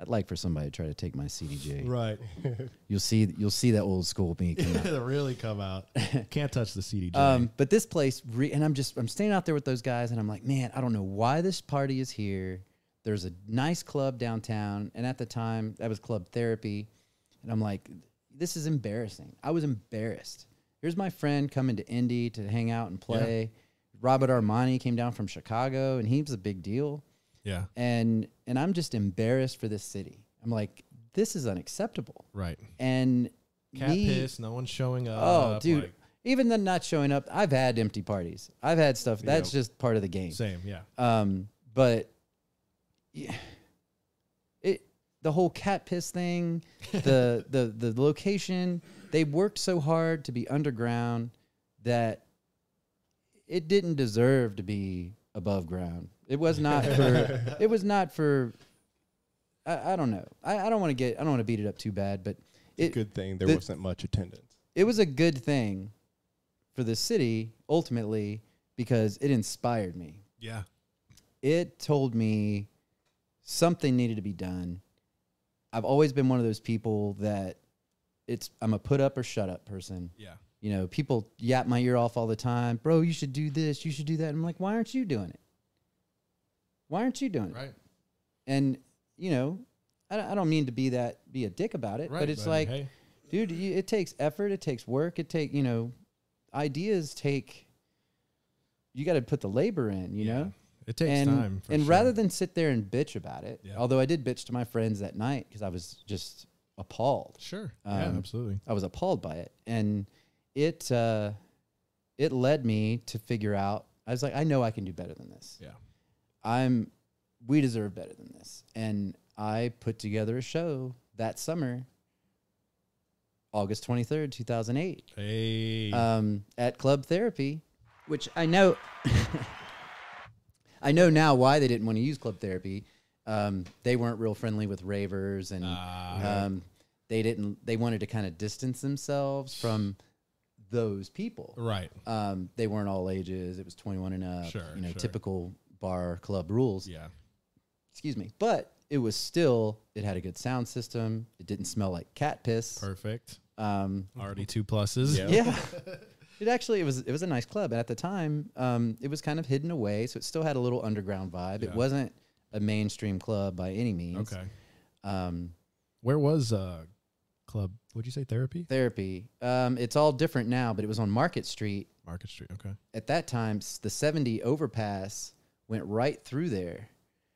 C: i'd like for somebody to try to take my cdj
A: right.
C: you'll see you'll see that old school me come out.
A: They really come out. Can't touch the CDJ.
C: Um, but this place, re- and I'm just I'm standing out there with those guys, and I'm like, man, I don't know why this party is here. There's a nice club downtown, and at the time that was Club Therapy, and I'm like, this is embarrassing. I was embarrassed. Here's my friend coming to Indy to hang out and play. Robert Armani came down from Chicago, and he was a big deal
A: yeah.
C: and and I'm just embarrassed for this city. I'm like, this is unacceptable.
A: Right.
C: And
A: Cat
C: me-
A: piss. No one's showing up.
C: Oh, dude.
A: Uh, like,
C: even the not showing up, I've had empty parties. I've had stuff. That's just part of the game.
A: same. Yeah.
C: Um, but yeah, it the whole cat piss thing, the the the location. They worked so hard to be underground that it didn't deserve to be above ground. It was not for. it was not for. I, I don't know. I, I don't want to get. I don't want to beat it up too bad, but
B: It's
C: it
B: a good thing there
C: the-
B: wasn't much attendance.
C: it was a good thing for the city ultimately because it inspired me
A: Yeah.
C: it told me something needed to be done. I've always been one of those people that it's I'm a put up or shut up person.
A: Yeah.
C: You know, people yap my ear off all the time, bro, you should do this, you should do that. I'm like, why aren't you doing it? Why aren't you doing it?
A: Right.
C: And you know, I, don't- I don't mean to be that be a dick about it,
A: Right.
C: but it's
A: I mean,
C: like
A: hey,
C: dude you, it takes effort it takes work it take you know ideas take you got to put the labor in you
A: Yeah,
C: know
A: it takes
C: and
A: time. For
C: and
A: sure.
C: rather than sit there and bitch about it
A: Yeah.
C: although i did bitch to my friends that night because i was just appalled
A: sure. yeah.
C: um,
A: Absolutely.
C: i was appalled by it and it uh it led me to figure out i was like i know i can do better than this
A: Yeah.
C: i'm we deserve better than this and i put together a show that summer august 23rd 2008
A: Hey.
C: um, at club therapy, which I know, I know now why they didn't want to use club therapy. Um, they weren't real friendly with ravers, and
A: Ah.
C: um, they didn't. They wanted to kind of distance themselves from those people.
A: right.
C: Um, they weren't all ages. It was twenty one and up.
A: Sure,
C: you know,
A: sure.
C: typical bar club rules.
A: Yeah.
C: Excuse me, but it was still. It had a good sound system. It didn't smell like cat piss.
A: Perfect.
C: Um,
A: Already two pluses.
B: Yeah.
C: yeah. It actually it was it was a nice club, and at the time, um, it was kind of hidden away, so it still had a little underground vibe.
A: Yeah.
C: It wasn't a mainstream club by any means.
A: Okay.
C: Um,
A: Where was uh club? Would you say therapy?
C: therapy. Um, it's all different now, but it was on Market Street
A: Market Street. Okay.
C: at that time. s- The seventy overpass went right through there,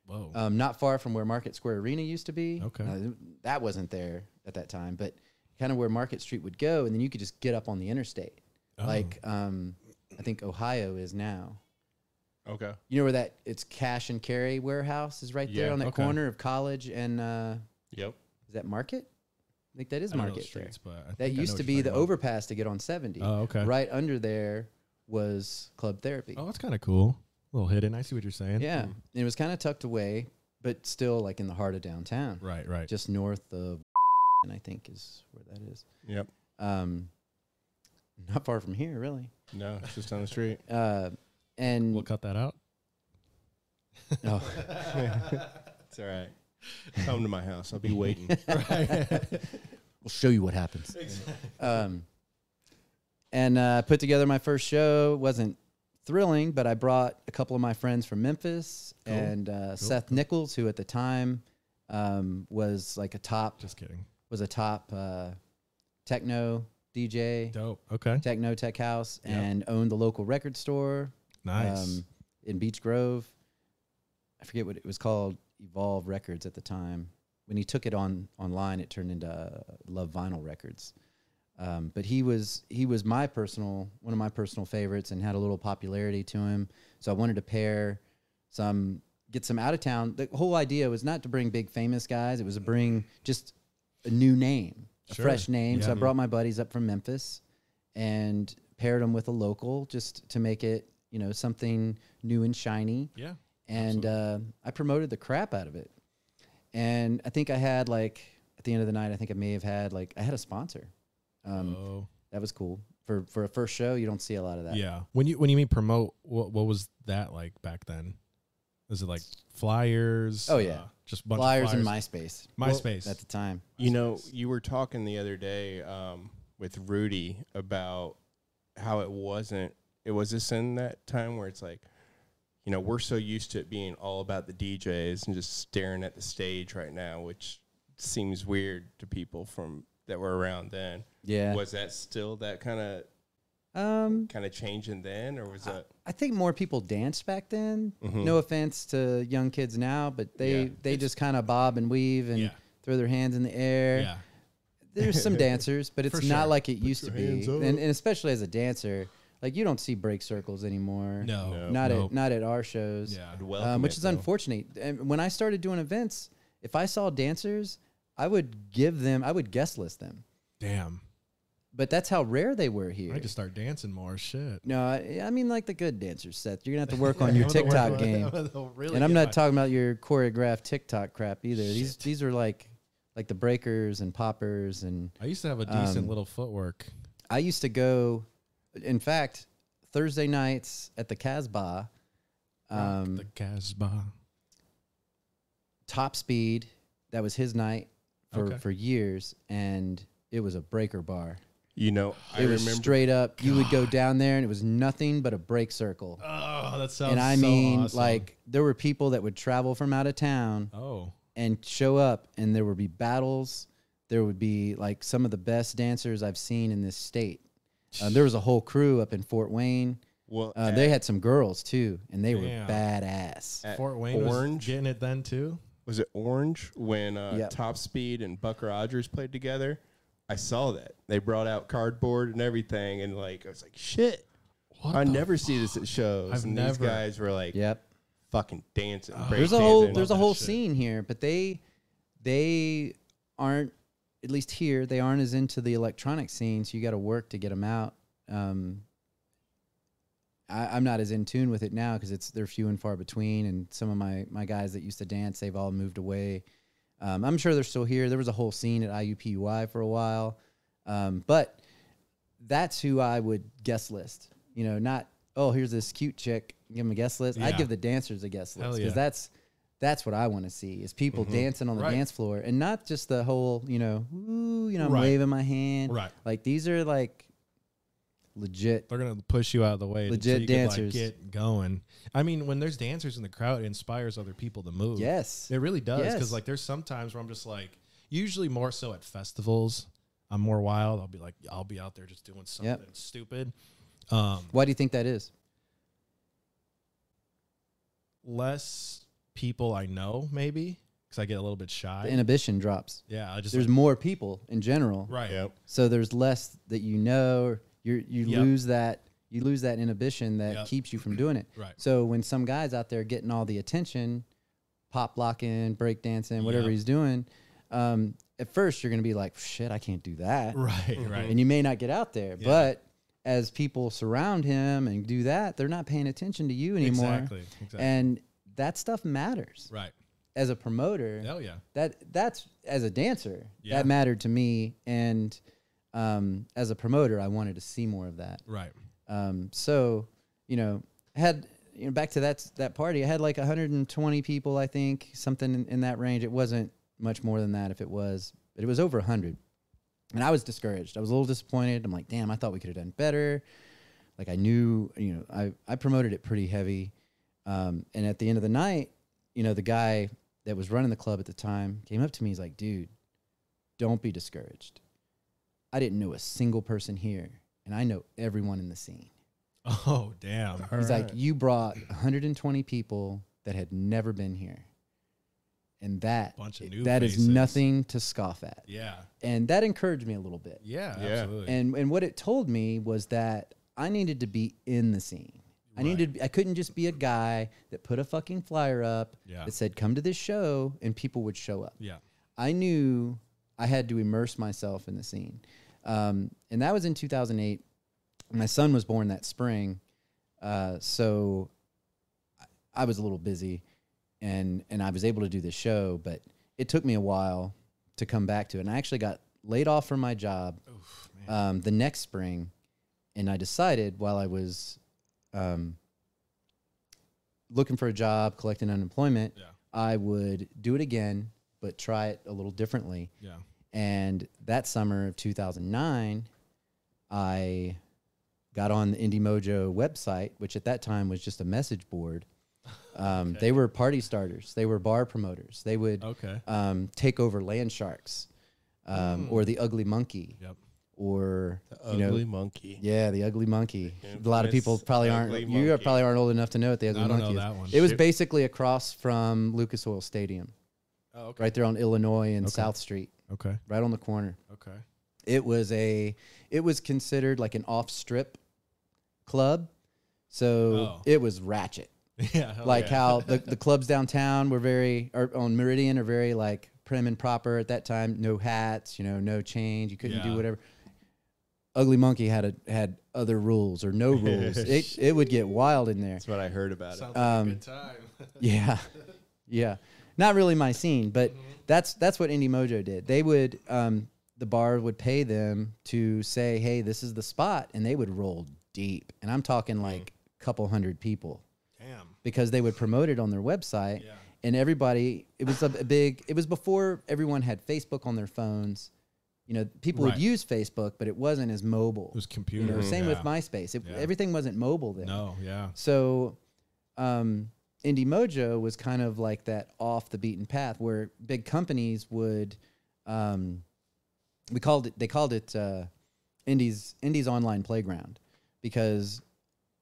A: Whoa.
C: um, not far from where Market Square Arena used to be.
A: Okay.
C: Now, that wasn't there at that time, but kind of where Market Street would go, and then you could just get up on the interstate,
A: Oh.
C: like um, I think Ohio is now.
B: Okay.
C: You know where that it's cash and carry warehouse is right there
B: Yeah,
C: on that
A: okay.
C: corner of college and uh,
B: Yep.
C: is that Market? I think that is
A: I don't know the
C: Market there.
A: streets, but I
C: That
A: think I know
C: used to
A: what you're
C: be the
A: talking about.
C: overpass to get on seventy.
A: Oh, okay.
C: Right under there was Club Therapy.
A: Oh, that's kind of cool. A little hidden. I see what you're saying.
C: yeah, and it was kind of tucked away, but still like in the heart of downtown,
A: Right, right.
C: just north of, and I think is where that is.
B: Yep.
C: Um, not far from here, really.
B: No, it's just down the street.
C: Uh, and
A: we'll cut that out.
C: oh,
B: It's all right. Come to my house. I'll be waiting.
C: we'll show you what happens. Um, and uh, put together my first show. It wasn't thrilling, but I brought a couple of my friends from Memphis
A: Cool.
C: and uh, Seth Nichols, who at the time um, was like a top
A: Just kidding.
C: was a top uh, techno DJ,
A: Dope. Okay.
C: techno tech house,
A: Yep.
C: and owned the local record store
A: Nice.
C: Um, in Beach Grove. I forget what it was called, Evolve Records at the time. When he took it on online, it turned into uh, Love Vinyl Records. Um, but he was he was my personal one of my personal favorites and had a little popularity to him. So I wanted to pair some get some out of town. The whole idea was not to bring big famous guys; it was to bring just a new name, a
A: Sure.
C: fresh name. So
A: Yeah.
C: I brought my buddies up from Memphis and paired them with a local just to make it you know something new and shiny
A: yeah.
C: and uh, i promoted the crap out of it and i think i had like at the end of the night i think i may have had like i had a sponsor um,
A: oh,
C: that was cool for for a first show you don't see a lot of that
A: yeah. When you when you mean promote, what what was that like back then? Is it like flyers?
C: Oh, yeah.
A: uh, just bunch
C: flyers,
A: flyers of
C: and
A: flyers
C: myspace
A: MySpace.
C: at the time
B: You know, you were talking the other day um, with Rudy about how it wasn't. It was this in that time where it's like, you know, we're so used to it being all about the DJs and just staring at the stage right now, which seems weird to people from that were around then.
C: yeah
B: Was that still that kind of
C: um
B: kind of changing then, or was that?
C: i think more people danced back then Uh,
A: Hmm.
C: no offense to young kids now but they
B: Yeah.
C: they just kind of bob and weave and
A: Yeah.
C: throw their hands in the air
A: yeah.
C: there's some dancers, but it's
A: For
C: not
A: sure.
C: like it used to
B: your
C: be.
B: hands up.
C: And, and especially as a dancer, like you don't see break circles anymore.
A: No.
B: No.
C: not
A: no.
C: at not at our shows.
A: Yeah.
B: I'd
C: um,
B: welcome
C: which
B: it,
C: is
B: though.
C: unfortunate. And when I started doing events, if I saw dancers, I would give them, I would guest list them.
A: Damn.
C: But that's how rare they were here.
A: I could start dancing more. Shit.
C: no, I, I mean like the good dancers, Seth. You're gonna have to work on your TikTok game.
A: really
C: and I'm
A: get
C: not
A: my-
C: talking about your choreographed TikTok crap either. These these are like like the breakers and poppers and
A: I used to have a decent
C: Um,
A: little footwork.
C: I used to go, in fact, Thursday nights at the Casbah,
A: Rock
C: um,
A: the Casbah.
C: top speed. That was his night for,
A: Okay.
C: for years, and it was a breaker bar.
B: You know, I
C: it was
B: remember.
C: straight up. You would go down there, and it was nothing but a break circle.
A: Oh, that sounds.
C: and I
A: so
C: mean,
A: awesome.
C: like there were people that would travel from out of town
A: Oh,
C: and show up, and there would be battles. There would be like some of the best dancers I've seen in this state. Uh, there was a whole crew up in Fort Wayne.
B: well,
C: Uh,
B: at-
C: they had some girls too, and they were
A: Damn.
C: badass.
B: at
A: Fort Wayne
B: Orange.
A: was getting it then too.
B: was it Orange when uh,
C: Yep.
B: Top Speed and Buck Rogers played together? I saw that they brought out cardboard and everything, and like I was like, shit, I never see this at shows.
A: I've
B: and these
A: never- Oh,
B: guys were like,
C: Yep.
B: fucking dancing. break
C: There's a whole
B: dancing.
C: there's a
A: that
C: whole
A: shit.
C: scene here, but they they aren't at least here they aren't as into the electronic scene, so you got to work to get them out. Um, I, I'm not as in tune with it now because it's they're few and far between, and some of my my guys that used to dance they've all moved away. Um, I'm sure they're still here. There was a whole scene at IUPUI for a while, um, but that's who I would guest list. You know, not oh here's this cute chick, give them a guest list. I'd
A: Yeah.
C: give the dancers a guest
A: Hell
C: list
A: yeah. Mm-hmm.
C: because that's that's what I want to see is people dancing on the
A: Right.
C: dance floor and not just the whole you know ooh you know I'm
A: Right.
C: waving my hand
A: Right.
C: like these are like legit
A: They're gonna push you out of the way. until
C: Legit
A: you can, like,
C: dancers.
A: get going. I mean, when there's dancers in the crowd, it inspires other people to move.
C: yes
A: it really does. Because
C: Yes.
A: like, there's some times where I'm just like, usually more so at festivals. I'm more wild. I'll be like, I'll be out there just doing something
C: Yep.
A: stupid. Um,
C: why do you think that is
A: less people I know, maybe because I get a little bit
C: the
A: shy.
C: inhibition drops
A: yeah, I just
C: there's
A: like-
C: more people in general
A: right.
B: Yep.
C: so there's less that you know or you you
A: Yep.
C: lose that you lose that inhibition that
A: Yep.
C: keeps you from doing it
A: Right.
C: so when some guy's out there getting all the attention pop locking break dancing whatever
A: Yep.
C: he's doing um, at first you're gonna be like shit i can't do that
A: Right. Right.
C: and you may not get out there
A: Yeah.
C: but as people surround him and do that they're not paying attention to you anymore
A: Exactly. Exactly.
C: and that stuff matters
A: right.
C: as a promoter,
A: Hell yeah.
C: that that's as a dancer
A: Yeah.
C: that mattered to me, and um, as a promoter, I wanted to see more of that.
A: Right.
C: Um, so, you know, had you know back to that that party, I had like 120 people, I think, something in, in that range. It wasn't much more than that, if it was, but it was over 100. And I was discouraged. I was a little disappointed. I'm like, damn, I thought we could have done better. Like I knew, you know, I I promoted it pretty heavy. Um, and at the end of the night, you know, the guy that was running the club at the time came up to me. He's like, dude, don't be discouraged. I didn't know a single person here, and I know everyone in the scene.
A: Oh damn.
C: He's like, you brought 120 people that had never been here, and that
A: Bunch of new
C: that is
A: faces.
C: nothing to scoff at.
A: Yeah.
C: And that encouraged me a little bit.
A: Yeah.
B: Yeah.
A: Absolutely.
C: And and what it told me was that I needed to be in the scene. I
A: Right.
C: needed I couldn't just be a guy that put a fucking flyer up
A: Yeah.
C: that said come to this show and people would show up.
A: yeah.
C: I knew I had to immerse myself in the scene. Um, and that was in 2008. My son was born that spring. Uh, so I- I was a little busy and, and I was able to do the show, but it took me a while to come back to it. And I actually got laid off from my job
A: Oof, man.
C: um, the next spring, and I decided while I was um, looking for a job, collecting unemployment,
A: Yeah.
C: I would do it again, but try it a little differently.
A: Yeah.
C: And that summer of 2009, I got on the Indie Mojo website, which at that time was just a message board. Um, They were party starters. They were bar promoters. They would
A: Okay.
C: um, take over Land Sharks um, or the Ugly Monkey
A: Hmm. Yep.
C: or you know,
B: Ugly monkey.
C: yeah, the ugly monkey. A lot of people
B: It's
C: probably
B: Ugly
C: aren't. You
B: Monkey.
C: probably aren't old enough to know what the ugly
A: I don't know
C: monkey is.
A: that one.
C: It was
B: Shoot.
C: basically across from Lucas Oil Stadium,
A: Oh, okay.
C: right there on Illinois and South Street,
A: Okay.
C: right on the corner.
A: Okay.
C: It was a. It was considered like an off-strip club, so
A: Oh.
C: it was ratchet.
A: Yeah. hell
C: like
A: Oh, yeah.
C: how the, the clubs downtown were very or on Meridian are very like prim and proper at that time. No hats, you know, no change. You couldn't
A: Yeah.
C: do whatever. Ugly Monkey had a, had other rules or no rules. it it would get wild in there.
B: That's what I heard about it.
A: Sounds like
C: um,
A: a good time.
C: Yeah, yeah. Not really my scene, but
A: Mm-hmm.
C: that's that's what Indie Mojo did. They would um, the bar would pay them to say, "Hey, this is the spot," and they would roll deep. And I'm
A: Mm-hmm.
C: talking like a couple hundred people
A: Damn.
C: because they would promote it on their website
A: Yeah.
C: and everybody it was a b- big it was before everyone had facebook on their phones you know people
A: Right.
C: would use facebook but it wasn't as mobile
A: It was
C: you
A: computer.
C: know same with
A: Yeah.
C: myspace it,
A: Yeah.
C: everything wasn't mobile then
A: No. Yeah.
C: so um indie mojo was kind of like that off the beaten path where big companies would um we called it they called it uh indies indies online playground because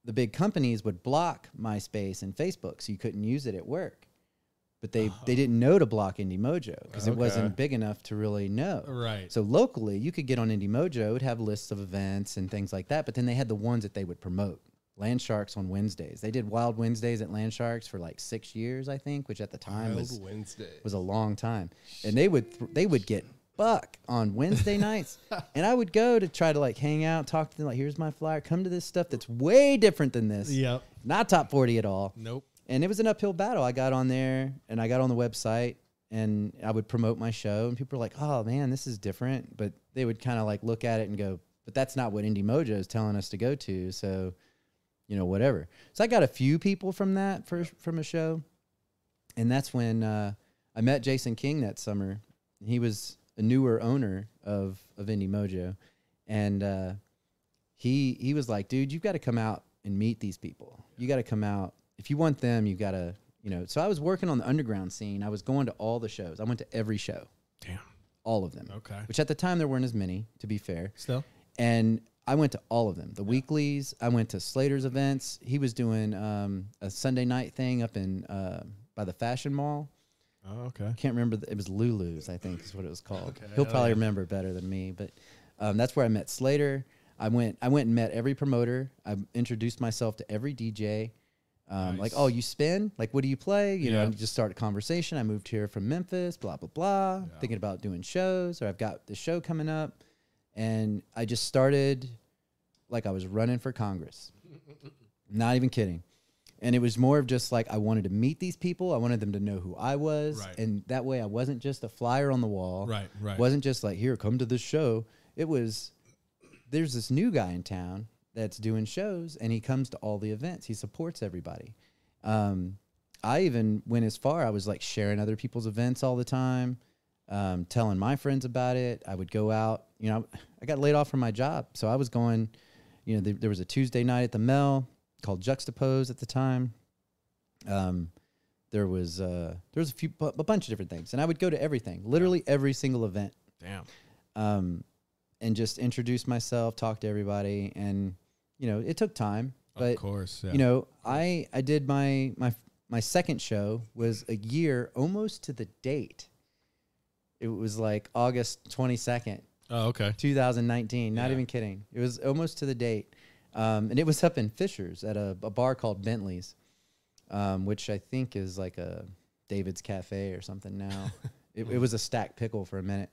C: the big companies would block myspace and facebook so you couldn't use it at work but they they didn't know to block indie mojo because it
B: Okay.
C: wasn't big enough to really know
A: Right.
C: so locally you could get on indie mojo it would have lists of events and things like that but then they had the ones that they would promote land sharks on wednesdays they did wild wednesdays at land sharks for like six years i think which at the time was
B: Wednesday.
C: was a long time, and they would th- they would get buck on Wednesday nights, and I would go to try to like hang out, talk to them, like here's my flyer, come to this stuff that's way different than this,
A: Yep.
C: not top forty at all,
A: Nope.
C: and it was an uphill battle. I got on there and I got on the website and I would promote my show, and people were like, oh man, this is different, but they would kind of like look at it and go, but that's not what Indie Mojo is telling us to go to, so you know, whatever. So I got a few people from that for, from a show, and that's when uh, I met Jason King that summer. He was a newer owner of of Indie Mojo, and uh, he he was like, "Dude, you've got to come out and meet these people. You got to come out if you want them. You got to." You know, so I was working on the underground scene. I was going to all the shows. I went to every show,
A: Damn.
C: all of them.
A: Okay.
C: Which at the time there weren't as many, to be fair
A: Still.
C: and I went to all of them. The weeklies. I went to Slater's events. He was doing um, a Sunday night thing up in uh, by the Fashion Mall.
A: Oh, okay.
C: I can't remember. The, it was Lulu's, I think, is what it was called.
A: oh,
C: He'll probably remember better than me, but um, that's where I met Slater. I went. I went and met every promoter. I introduced myself to every DJ. Um, Like,
A: Nice.
C: oh, you spin? Like, what do you play? You know,
A: Yeah.
C: and just start a conversation. I moved here from Memphis. Blah blah blah.
A: Yeah.
C: Thinking about doing shows, or I've got the show coming up, and I just started like I was running for Congress. Not even kidding. And it was more of just like I wanted to meet these people. I wanted them to know who I was,
A: Right.
C: and that way I wasn't just a flyer on the wall.
A: Right, right.
C: Wasn't just like here, come to this show. It was there's this new guy in town that's doing shows, and he comes to all the events. He supports everybody. Um, I even went as far. I was like sharing other people's events all the time, um, telling my friends about it. I would go out. You know, I got laid off from my job, so I was going. You know, there, there was a Tuesday night at the Mel called Juxtapose at the time. Um, there was uh, there was a few bu- a bunch of different things, and I would go to everything, literally every single event
A: Damn.
C: um, and just introduce myself, talk to everybody, and you know, it took time, but
A: of course. Yeah.
C: you know, I I did my my my second show was a year almost to the date. It was like August twenty second,
A: oh, okay.
C: 2019. Not
A: Yeah.
C: even kidding. It was almost to the date, um, and it was up in Fishers at a, a bar called Bentley's, um, which I think is like a David's Cafe or something now. it, it was a stack pickle for a minute,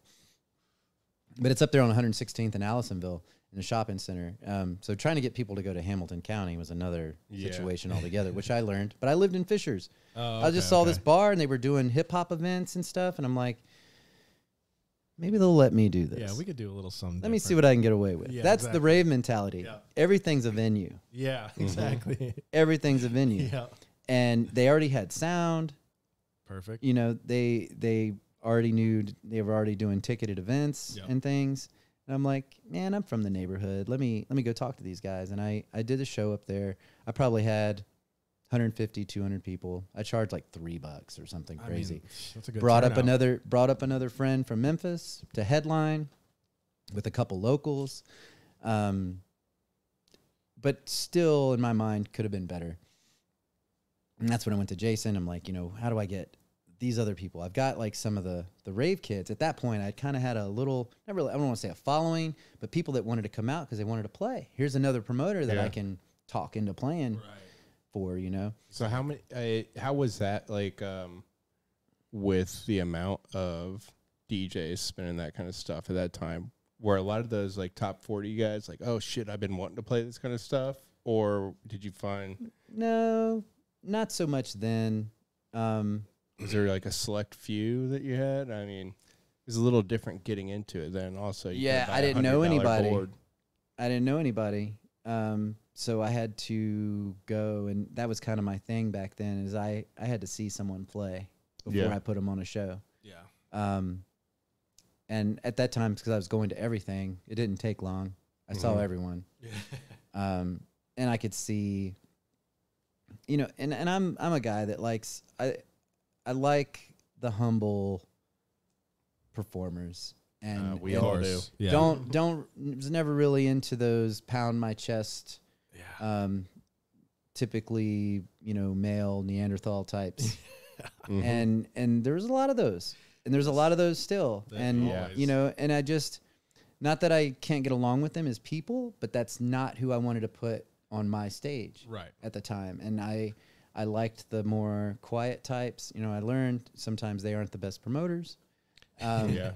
C: but it's up there on 116th in Allisonville in the shopping center. Um, so trying to get people to go to Hamilton County was another
B: Yeah.
C: situation altogether, which I learned. But I lived in Fishers.
A: Oh,
C: I just
A: okay,
C: saw
A: okay.
C: this bar and they were doing hip hop events and stuff, and I'm like. Maybe they'll let me do this.
A: Yeah, we could do a little something.
C: Let me see what I can get away with.
A: Yeah,
C: That's the
A: exactly.
C: rave mentality.
A: Yeah.
C: Everything's a venue.
A: Yeah, exactly.
C: Everything's a venue.
A: yeah.
C: And they already had sound.
A: Perfect.
C: You know, they they already knew they were already doing ticketed events
A: Yeah.
C: and things. And I'm like, man, I'm from the neighborhood. Let me let me go talk to these guys. And I I did a show up there. I probably had 150, 200 people. I charged like three bucks or something
A: I mean,
C: crazy.
A: that's a good
C: brought up
A: turnout.
C: another brought up another friend from Memphis to headline with a couple locals, um, but still in my mind could have been better. And that's when I went to Jason. I'm like, you know, how do I get these other people? I've got like some of the the rave kids. At that point, I kind of had a little, not really, I don't want to say a following, but people that wanted to come out because they wanted to play. Here's another promoter that I
B: Yeah.
C: can talk into playing for. You know,
B: So how many? Uh, how was that like? Um, with the amount of DJs spinning that kind of stuff at that time, were a lot of those like top forty guys like, oh shit, I've been wanting to play this kind of stuff, or did you find
C: no, not so much then. Um,
B: was there like a select few that you had? I mean, it's a little different getting into it then. Also, you
C: Yeah,
B: couldn't buy
C: I
B: a
C: didn't know
B: $100
C: anybody.
B: board.
C: I didn't know anybody. Um, so I had to go, and that was kind of my thing back then. Is I I had to see someone play before
B: Yeah.
C: I put them on a show.
A: Yeah.
C: Um, and at that time, because I was going to everything, it didn't take long. I saw
B: Mhm.
C: everyone, um, and I could see, you know, and and I'm I'm a guy that likes I I like the humble performers, and
B: Uh, we
C: and
B: all do.
A: Yeah.
C: don't don't was never really into those pound my chest
A: Yeah.
C: um typically you know male neanderthal types
A: Mm-hmm.
B: Mhm.
C: and and there was a lot of those and there's a lot of those still
A: There
C: and
A: always.
C: you know and i just not that i can't get along with them as people but that's not who i wanted to put on my stage
A: Right.
C: at the time and i i liked the more quiet types you know i learned sometimes they aren't the best promoters um,
B: yeah,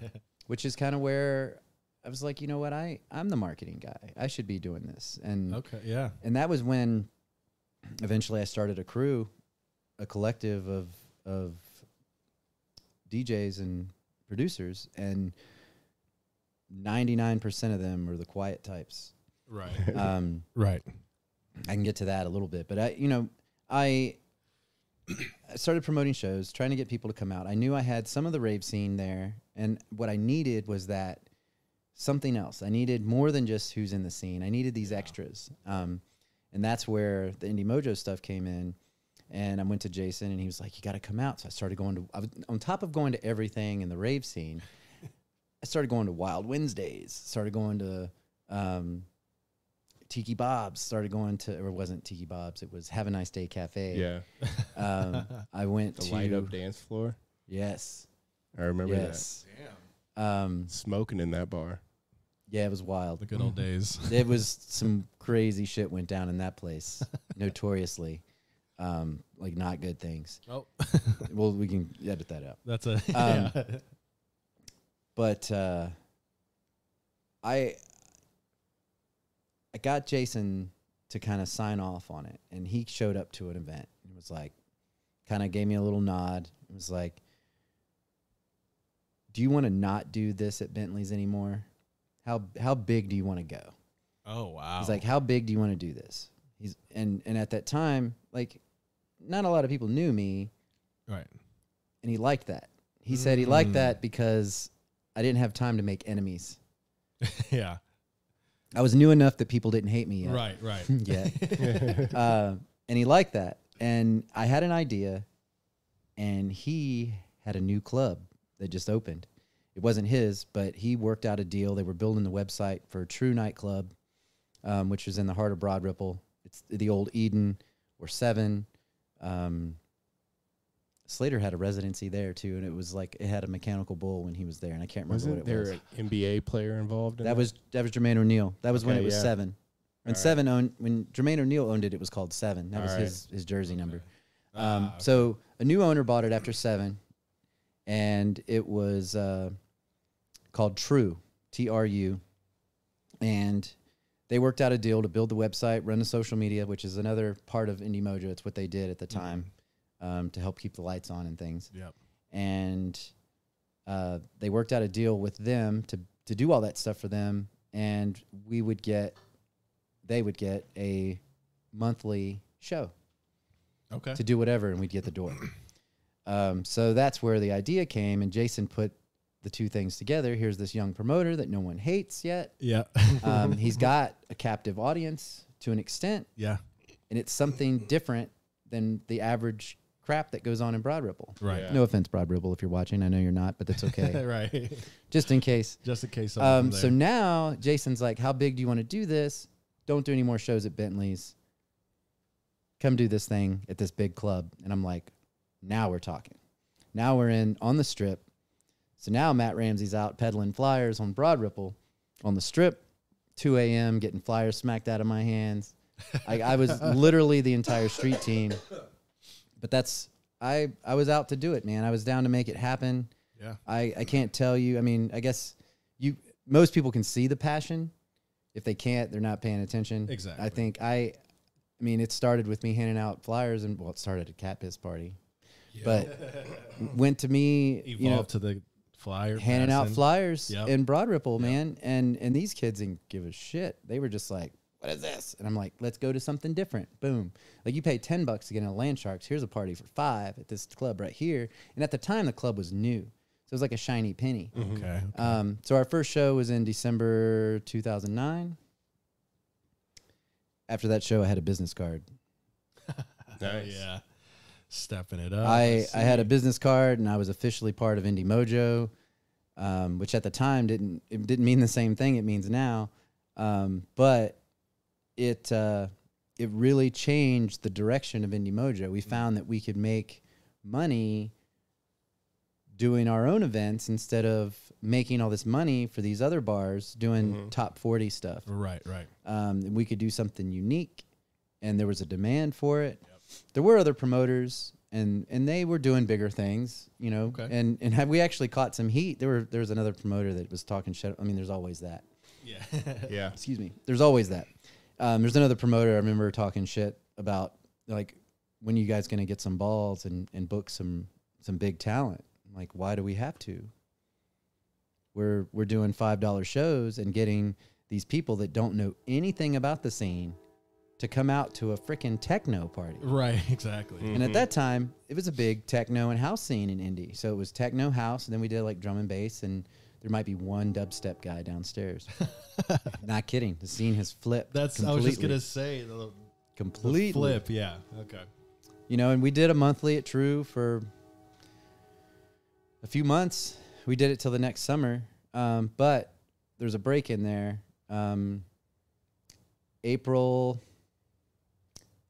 C: which is kind of where I was like, you know what, I I'm the marketing guy. I should be doing this, and
A: Okay. Yeah.
C: and that was when eventually I started a crew, a collective of of DJs and producers, and ninety nine percent of them were the quiet types.
A: Right.
C: Um,
A: right.
C: I can get to that a little bit, but I, you know, I I started promoting shows, trying to get people to come out. I knew I had some of the rave scene there, and what I needed was that something else. I needed more than just who's in the scene. I needed these extras, um, and that's where the Indie Mojo stuff came in. And I went to Jason, and he was like, "You got to come out." So I started going to, I was, on top of going to everything in the rave scene, I started going to Wild Wednesdays. Started going to. Um, Tiki Bob's started going to, or it wasn't Tiki Bob's, it was Have a Nice Day Cafe.
B: yeah.
C: Um, I went
B: The
C: to
B: light up dance floor.
C: Yes.
B: I remember
C: yes. Um,
B: that smoking in that bar.
C: yeah, it was wild.
A: The good old days.
C: There was some crazy shit went down in that place, notoriously. Um, like not good things.
A: Oh,
C: Well, we can edit that out.
A: that's a. yeah.
C: But uh, I I got Jason to kind of sign off on it. And he showed up to an event and was like, kind of gave me a little nod. It was like, do you want to not do this at Bentley's anymore? How how big do you want to go?
D: Oh wow.
C: He's like, how big do you want to do this? He's and and at that time, like, not a lot of people knew me,
A: Right.
C: and he liked that. He said he liked
A: Mm.
C: that because I didn't have time to make enemies.
A: yeah.
C: I was new enough that people didn't hate me yet.
A: Right. Right.
C: yet. uh, and he liked that. And I had an idea, and he had a new club that just opened. It wasn't his, but he worked out a deal. They were building the website for True Nightclub, um, which was in the heart of Broad Ripple. It's the old Eden or Seven. Um, Slater had a residency there too, and it was like it had a mechanical bull when he was there, and I can't remember
B: Wasn't
C: what it
B: there
C: was.
B: an NBA player involved? In
C: That was that was Jermaine O'Neal. That was when
B: Okay,
C: it was
B: yeah.
C: seven. When
B: Alright.
C: seven owned when Jermaine O'Neal owned it, it was called seven. That was
B: Alright.
C: his his jersey number. Um,
A: Ah, okay.
C: So a new owner bought it after seven, and it was uh, called True T R U, and they worked out a deal to build the website, run the social media, which is another part of Indie Mojo. It's what they did at the time um, to help keep the lights on and things
A: Yep.
C: and uh, they worked out a deal with them to to do all that stuff for them, and we would get, they would get a monthly show
A: Okay.
C: to do whatever, and we'd get the door. Um, so that's where the idea came, and Jason put the two things together. Here's this young promoter that no one hates yet.
A: Yeah.
C: Um, he's got a captive audience to an extent,
A: yeah.
C: and it's something different than the average crap that goes on in Broad Ripple.
A: Right.
B: Yeah.
C: No offense, Broad Ripple, if you're watching. I know you're not, but that's okay.
A: right.
C: Just in case.
A: Just in case.
C: Um, so now Jason's like, How big do you want to do this? Don't do any more shows at Bentley's. Come do this thing at this big club. And I'm like, Now we're talking. Now we're in on the strip. So now Matt Ramsey's out peddling flyers on Broad Ripple on the strip, 2 a.m., getting flyers smacked out of my hands. I, I was literally the entire street team. But that's, I, I was out to do it, man. I was down to make it happen.
A: yeah.
C: I, I can't tell you. I mean, I guess you most people can see the passion. If they can't, they're not paying attention. I
A: Exactly.
C: think I I mean it started with me handing out flyers and well it started at cat piss party. But went to me
A: Evolved
C: you know
A: to the flyer.
C: handing out
A: passing.
C: flyers
A: Yep.
C: in Broad Ripple, man. And and these kids didn't give a shit. They were just like, What is this? And I'm like, let's go to something different. Boom. Like you pay ten bucks to get into Land Sharks. Here's a party for five at this club right here. And at the time the club was new. So it was like a shiny penny.
A: Okay.
C: Um, so our first show was in December 2009. After that show, I had a business card.
A: Nice. yeah. Stepping it up.
C: I, I had a business card, and I was officially part of Indie Mojo, um, which at the time didn't it didn't mean the same thing it means now, um, but it uh, it really changed the direction of Indie Mojo. We found that we could make money doing our own events instead of making all this money for these other bars doing top 40 stuff
A: Right. Right.
C: um, and we could do something unique and there was a demand for it there were other promoters and and they were doing bigger things you know
A: Okay.
C: and and have we actually caught some heat there were there was another promoter that was talking shit i mean there's always that
A: Yeah.
B: yeah.
C: excuse me there's always that um, there's another promoter i remember talking shit about like when you guys gonna get some balls and and book some some big talent I'm like why do we have to we're we're doing five dollar shows and getting these people that don't know anything about the scene to come out to a freaking techno party
A: right. Exactly.
C: and at that time, it was a big techno and house scene in Indy. So it was techno house, and then we did like drum and bass, and there might be one dubstep guy downstairs. Not kidding. The scene has flipped.
A: That's. I was just
C: completely.
A: gonna say the, the
C: completely
A: flip. Yeah. Okay.
C: You know, and we did a monthly at True for a few months. We did it till the next summer, um, but there's a break in there. Um, April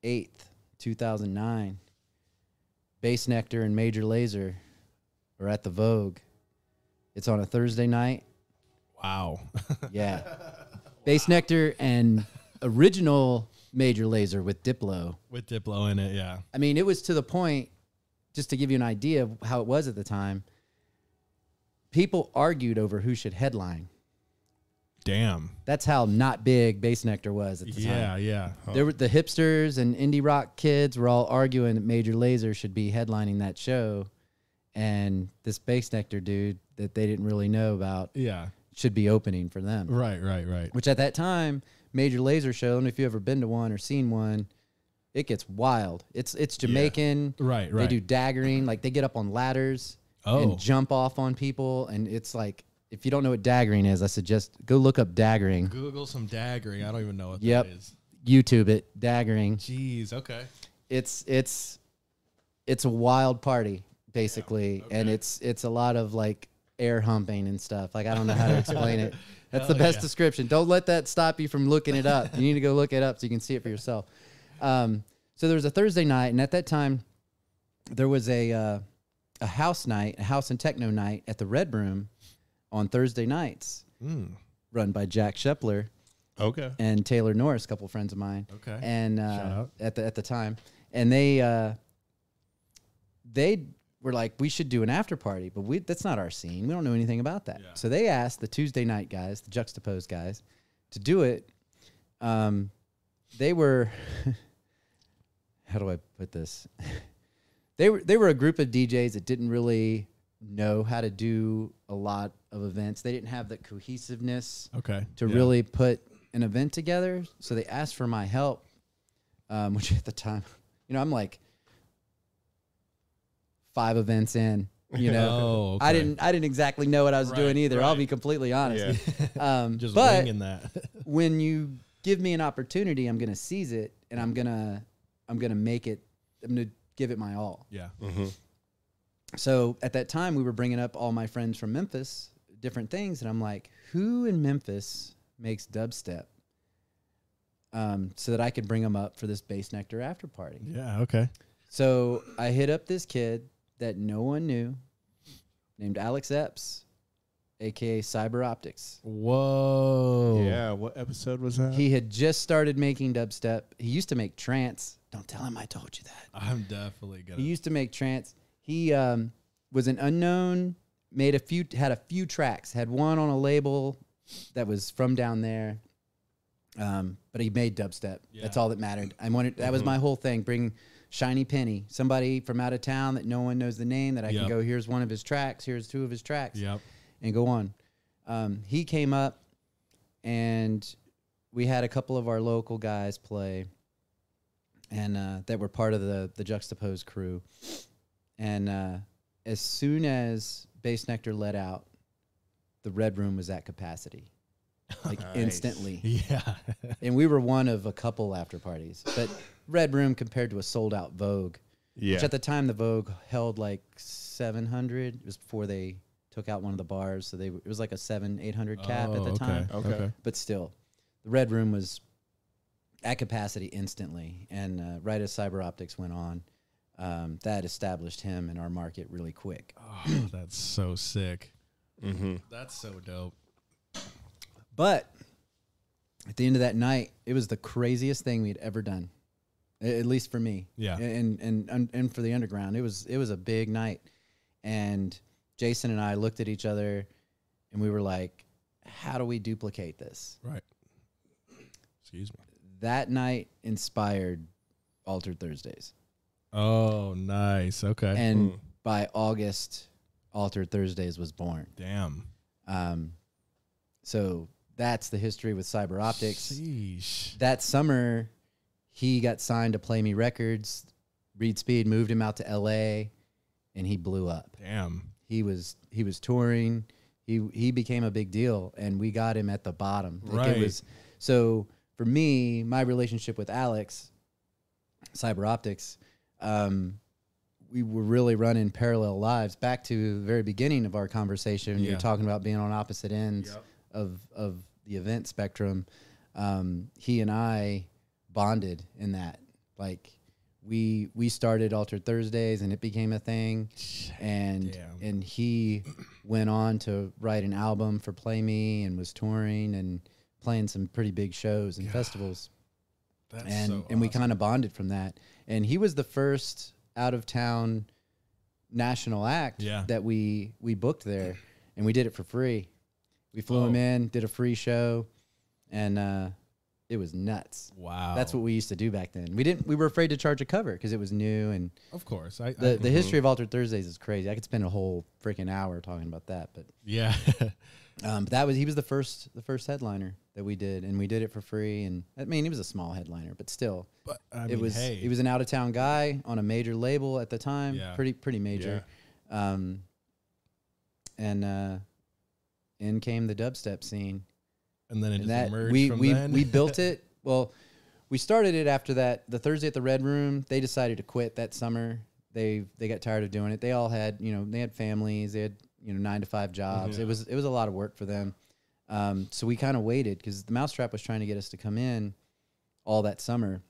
C: eighth, two thousand nine. Bass Nectar and Major Laser are at the Vogue. It's on a Thursday night.
A: Wow.
C: Yeah. Bass Nectar and original Major Laser with Diplo.
A: With Diplo in it. Yeah.
C: I mean, it was to the point, just to give you an idea of how it was at the time, people argued over who should headline.
A: damn.
C: That's how not big bass nectar was at the time.
A: Yeah, yeah.
C: There were the hipsters and indie rock kids were all arguing that Major Laser should be headlining that show, and this bass nectar dude that they didn't really know about
A: Yeah.
C: should be opening for them.
A: Right, right, right.
C: Which at that time, Major Laser show. I don't know if you've ever been to one or seen one. It gets wild. It's it's Jamaican.
A: Right,
C: They
A: right.
C: do daggering. Like they get up on ladders
A: Oh.
C: and jump off on people, and it's like if you don't know what daggering is, I suggest go look up daggering.
A: Google some daggering. I don't even know what
C: Yep.
A: that is.
C: YouTube it. Daggering.
A: Jeez, okay.
C: it's it's it's a wild party basically and it's it's a lot of like air humping and stuff like i don't know how to explain it that's the
A: Hell
C: best
A: yeah.
C: description don't let that stop you from looking it up you need to go look it up so you can see it for yourself um, so there was a thursday night and at that time there was a uh, a house night a house and techno night at the red room on thursday nights
A: Hmm.
C: run by jack shepler
B: Okay.
C: and Taylor Norris, a couple friends of mine.
A: Okay.
C: And
A: Shout
C: uh,
A: out.
C: at the at the time, and they uh, they were like, we should do an after party, but we that's not our scene. We don't know anything about that. So they asked the Tuesday night guys, the Juxtaposed guys, to do it. Um, they were. how do I put this? they were they were a group of DJs that didn't really know how to do a lot of events. They didn't have that cohesiveness
A: Okay.
C: to
A: Yeah.
C: really put an event together. So they asked for my help, um, which at the time, you know, I'm like five events in. You know,
A: Oh,
C: I
A: okay.
C: didn't I didn't exactly know what I was
A: Right,
C: doing either. I'll
A: right.
C: be completely honest. Um,
A: just
C: but
A: winging that.
C: when you give me an opportunity, I'm gonna seize it and I'm gonna I'm gonna make it. I'm gonna give it my all.
A: yeah.
B: Mm-hmm.
C: So at that time, we were bringing up all my friends from Memphis, different things, and I'm like, who in Memphis makes dubstep? Um, so that I could bring them up for this Bass Nectar after party.
A: Yeah. Okay.
C: So I hit up this kid that no one knew, named Alex Epps, aka Cyber Optics.
A: Whoa.
B: Yeah. What episode was that?
C: He had just started making dubstep. He used to make trance. Don't tell him I told you that.
A: I'm definitely gonna.
C: He used to make trance. He um, was an unknown. Made a few, had a few tracks. Had one on a label that was from down there. Um, but he made dubstep. That's
A: Yeah.
C: all that mattered. I wanted. That was my whole thing. Bring Shiny Penny, somebody from out of town that no one knows the name. That I can
A: Yep.
C: go. Here's one of his tracks. Here's two of his tracks
A: yep.
C: and go on. Um, he came up, and we had a couple of our local guys play, and uh, that were part of the the juxtaposed crew. And uh, as soon as Bass Nectar let out, the Red Room was at capacity, like instantly.
A: Yeah.
C: And we were one of a couple after parties, but Red Room compared to a sold out Vogue
B: Yeah.
C: which at the time the Vogue held like 700. It was before they took out one of the bars, so they it was like a seven 800 cap at
A: Oh,
C: the
A: okay.
C: time.
B: Okay.
A: Okay.
C: But still, the Red Room was at capacity instantly, and uh, right as Cyber Optics went on, um, that established him in our market really quick.
A: Oh, that's so sick. That's so dope.
C: But at the end of that night, it was the craziest thing we had ever done, a- at least for me.
A: Yeah.
C: And and and, and for the underground, it was it was a big night, and Jason and I looked at each other, and we were like, "How do we duplicate this?"
A: Right. Excuse me.
C: That night inspired Altered Thursdays,
A: Oh, nice. Okay.
C: and by August, Altered Thursdays was born.
A: Damn.
C: Um, so that's the history with Cyber Optics.
A: Sheesh.
C: that summer he got signed to play me records reed speed moved him out to la and he blew up
A: Damn.
C: he was he was touring he he became a big deal and we got him at the bottom Like, it
A: Right.
C: was so for me my relationship with alex cyber optics um we were really running parallel lives back to the very beginning of our conversation you're
A: Yeah.
C: talking about being on opposite ends
A: Yep.
C: of of the event spectrum um, he and i bonded in that like we we started altered thursdays and it became a thing and
A: Damn.
C: and he went on to write an album for play me and was touring and playing some pretty big shows and festivals
A: That's
C: and
A: so
C: and we kind of bonded from that. And he was the first out of town national act
A: Yeah.
C: that we we booked there, and we did it for free. It We flew
A: Oh.
C: him in, did a free show, and uh, it was nuts.
A: Wow.
C: That's what we used to do back then. We didn't. We were afraid to charge a cover because it was new, and
A: Of course. I,
C: the
A: I
C: the history of Altered Thursdays is crazy. I could spend a whole freaking hour talking about that, but
A: yeah.
C: um, but that was he was the first the first headliner that we did, and we did it for free. And I mean, he was a small headliner, but still,
A: but I
C: it
A: mean,
C: was
A: hey,
C: he was an out of town guy on a major label at the time,
A: Yeah.
C: pretty pretty major. Um, and uh, in came the dubstep scene,
A: and then it
C: and
A: just
C: that
A: emerged
C: we
A: from
C: we
A: then.
C: we built it. Well, we started it after that. The Thursday at the Red Room, they decided to quit that summer. They they got tired of doing it. They all had you know they had families. They had you know nine to five jobs. It was it was a lot of work for them. Um, so we kind of waited because the mousetrap was trying to get us to come in all that summer,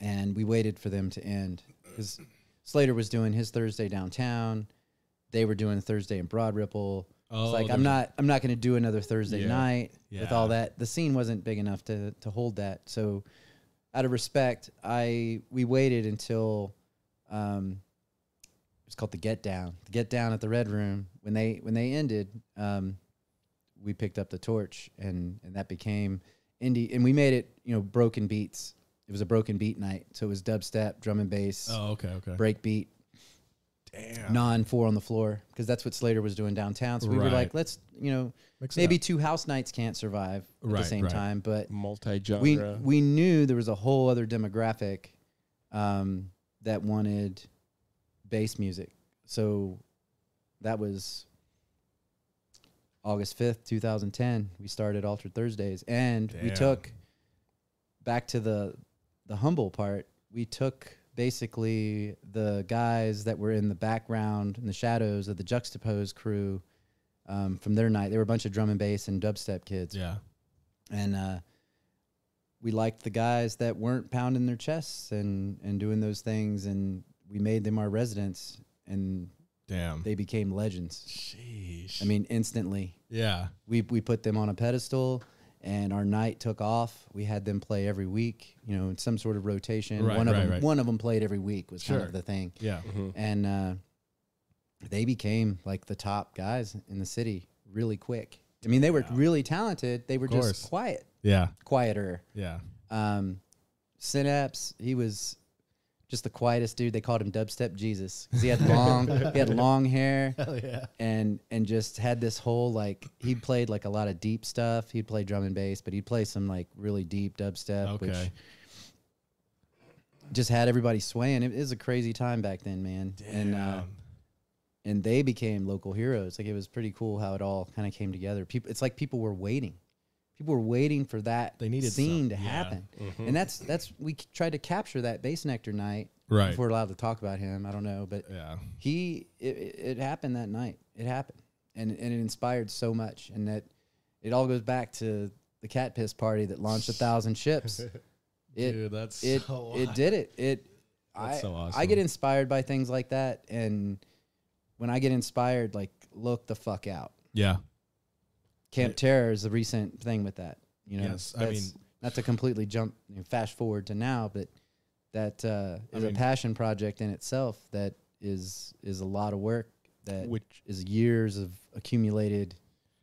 C: and we waited for them to end because Slater was doing his Thursday downtown. They were doing Thursday in Broad Ripple.
A: Oh,
C: it's like
A: there
C: I'm
A: was a-
C: not I'm not going to do another Thursday
A: Yeah.
C: night with all
A: Yeah.
C: that. The scene wasn't big enough to to hold that. So out of respect, I we waited until um it's called the Get Down. The Get Down at the Red Room when they when they ended um we picked up the torch and and that became indie and we made it, you know, broken beats. It was a broken beat night. So it was dubstep, drum and bass,
A: Oh, okay, okay.
C: break beat,
A: Damn.
C: non four on the floor because that's what Slater was doing downtown. So we were
A: Right.
C: like, let's you know,
A: Mix it
C: maybe
A: up.
C: two house nights can't survive at
A: Right,
C: the same
A: right.
C: time, but
B: multi
C: we
B: genre.
C: we knew there was a whole other demographic um, that wanted bass music. So that was August fifth, two thousand ten. We started Altered Thursdays, and we
A: Damn.
C: took back to the the humble part. We took basically the guys that were in the background in the shadows of the Juxtapose crew um, from their night. They were a bunch of drum and bass and dubstep kids
A: Yeah.
C: and uh, we liked the guys that weren't pounding their chests and and doing those things, and we made them our residents, and
A: Damn.
C: they became legends.
A: Sheesh.
C: I mean, instantly
A: yeah.
C: we we put them on a pedestal. And our night took off. We had them play every week, you know, in some sort of rotation.
A: Right,
C: one of
A: right,
C: them,
A: right.
C: one of them played every week was kind
A: Sure.
C: of the thing,
A: Yeah.
C: and uh, they became like the top guys in the city really quick. I mean, they were really talented. They were
A: course.
C: just quiet,
A: Yeah.
C: quieter.
A: Yeah.
C: Um, Synapse, he was just the quietest dude. They called him Dubstep Jesus 'cause he had long, he had long hair,
A: yeah.
C: and and just had this whole like he played like a lot of deep stuff. He'd play drum and bass, but he'd play some like really deep dubstep, which
A: Okay.
C: just had everybody swaying. It was a crazy time back then, man. And uh,
A: Damn.
C: and they became local heroes. Like it was pretty cool how it all kind of came together. People, it's like people were waiting. People were waiting for that
A: They needed
C: scene to
A: some- yeah.
C: happen,
A: Mm-hmm.
C: and that's that's we c- tried to capture that bass nectar night.
A: Right.
C: If we're allowed to talk about him, I don't know, but
A: yeah.
C: he it, it it happened that night. It happened, and and it inspired so much, and that it all goes back to the cat piss party that launched a thousand ships. It
A: Dude, that's
C: it
A: so
C: it did it. It
A: That's
C: I
A: so
C: I get
A: awesome.
C: inspired by things like that, and when I get inspired, like look the fuck out.
A: Yeah.
C: Camp Terror is the recent thing with that. You know,
A: Yes, I
C: that's-
A: mean-
C: not to completely jump you know, fast forward to now, but that uh, is a
A: mean-
C: passion project in itself. That is is a lot of work. That
B: Which-
C: is years of accumulated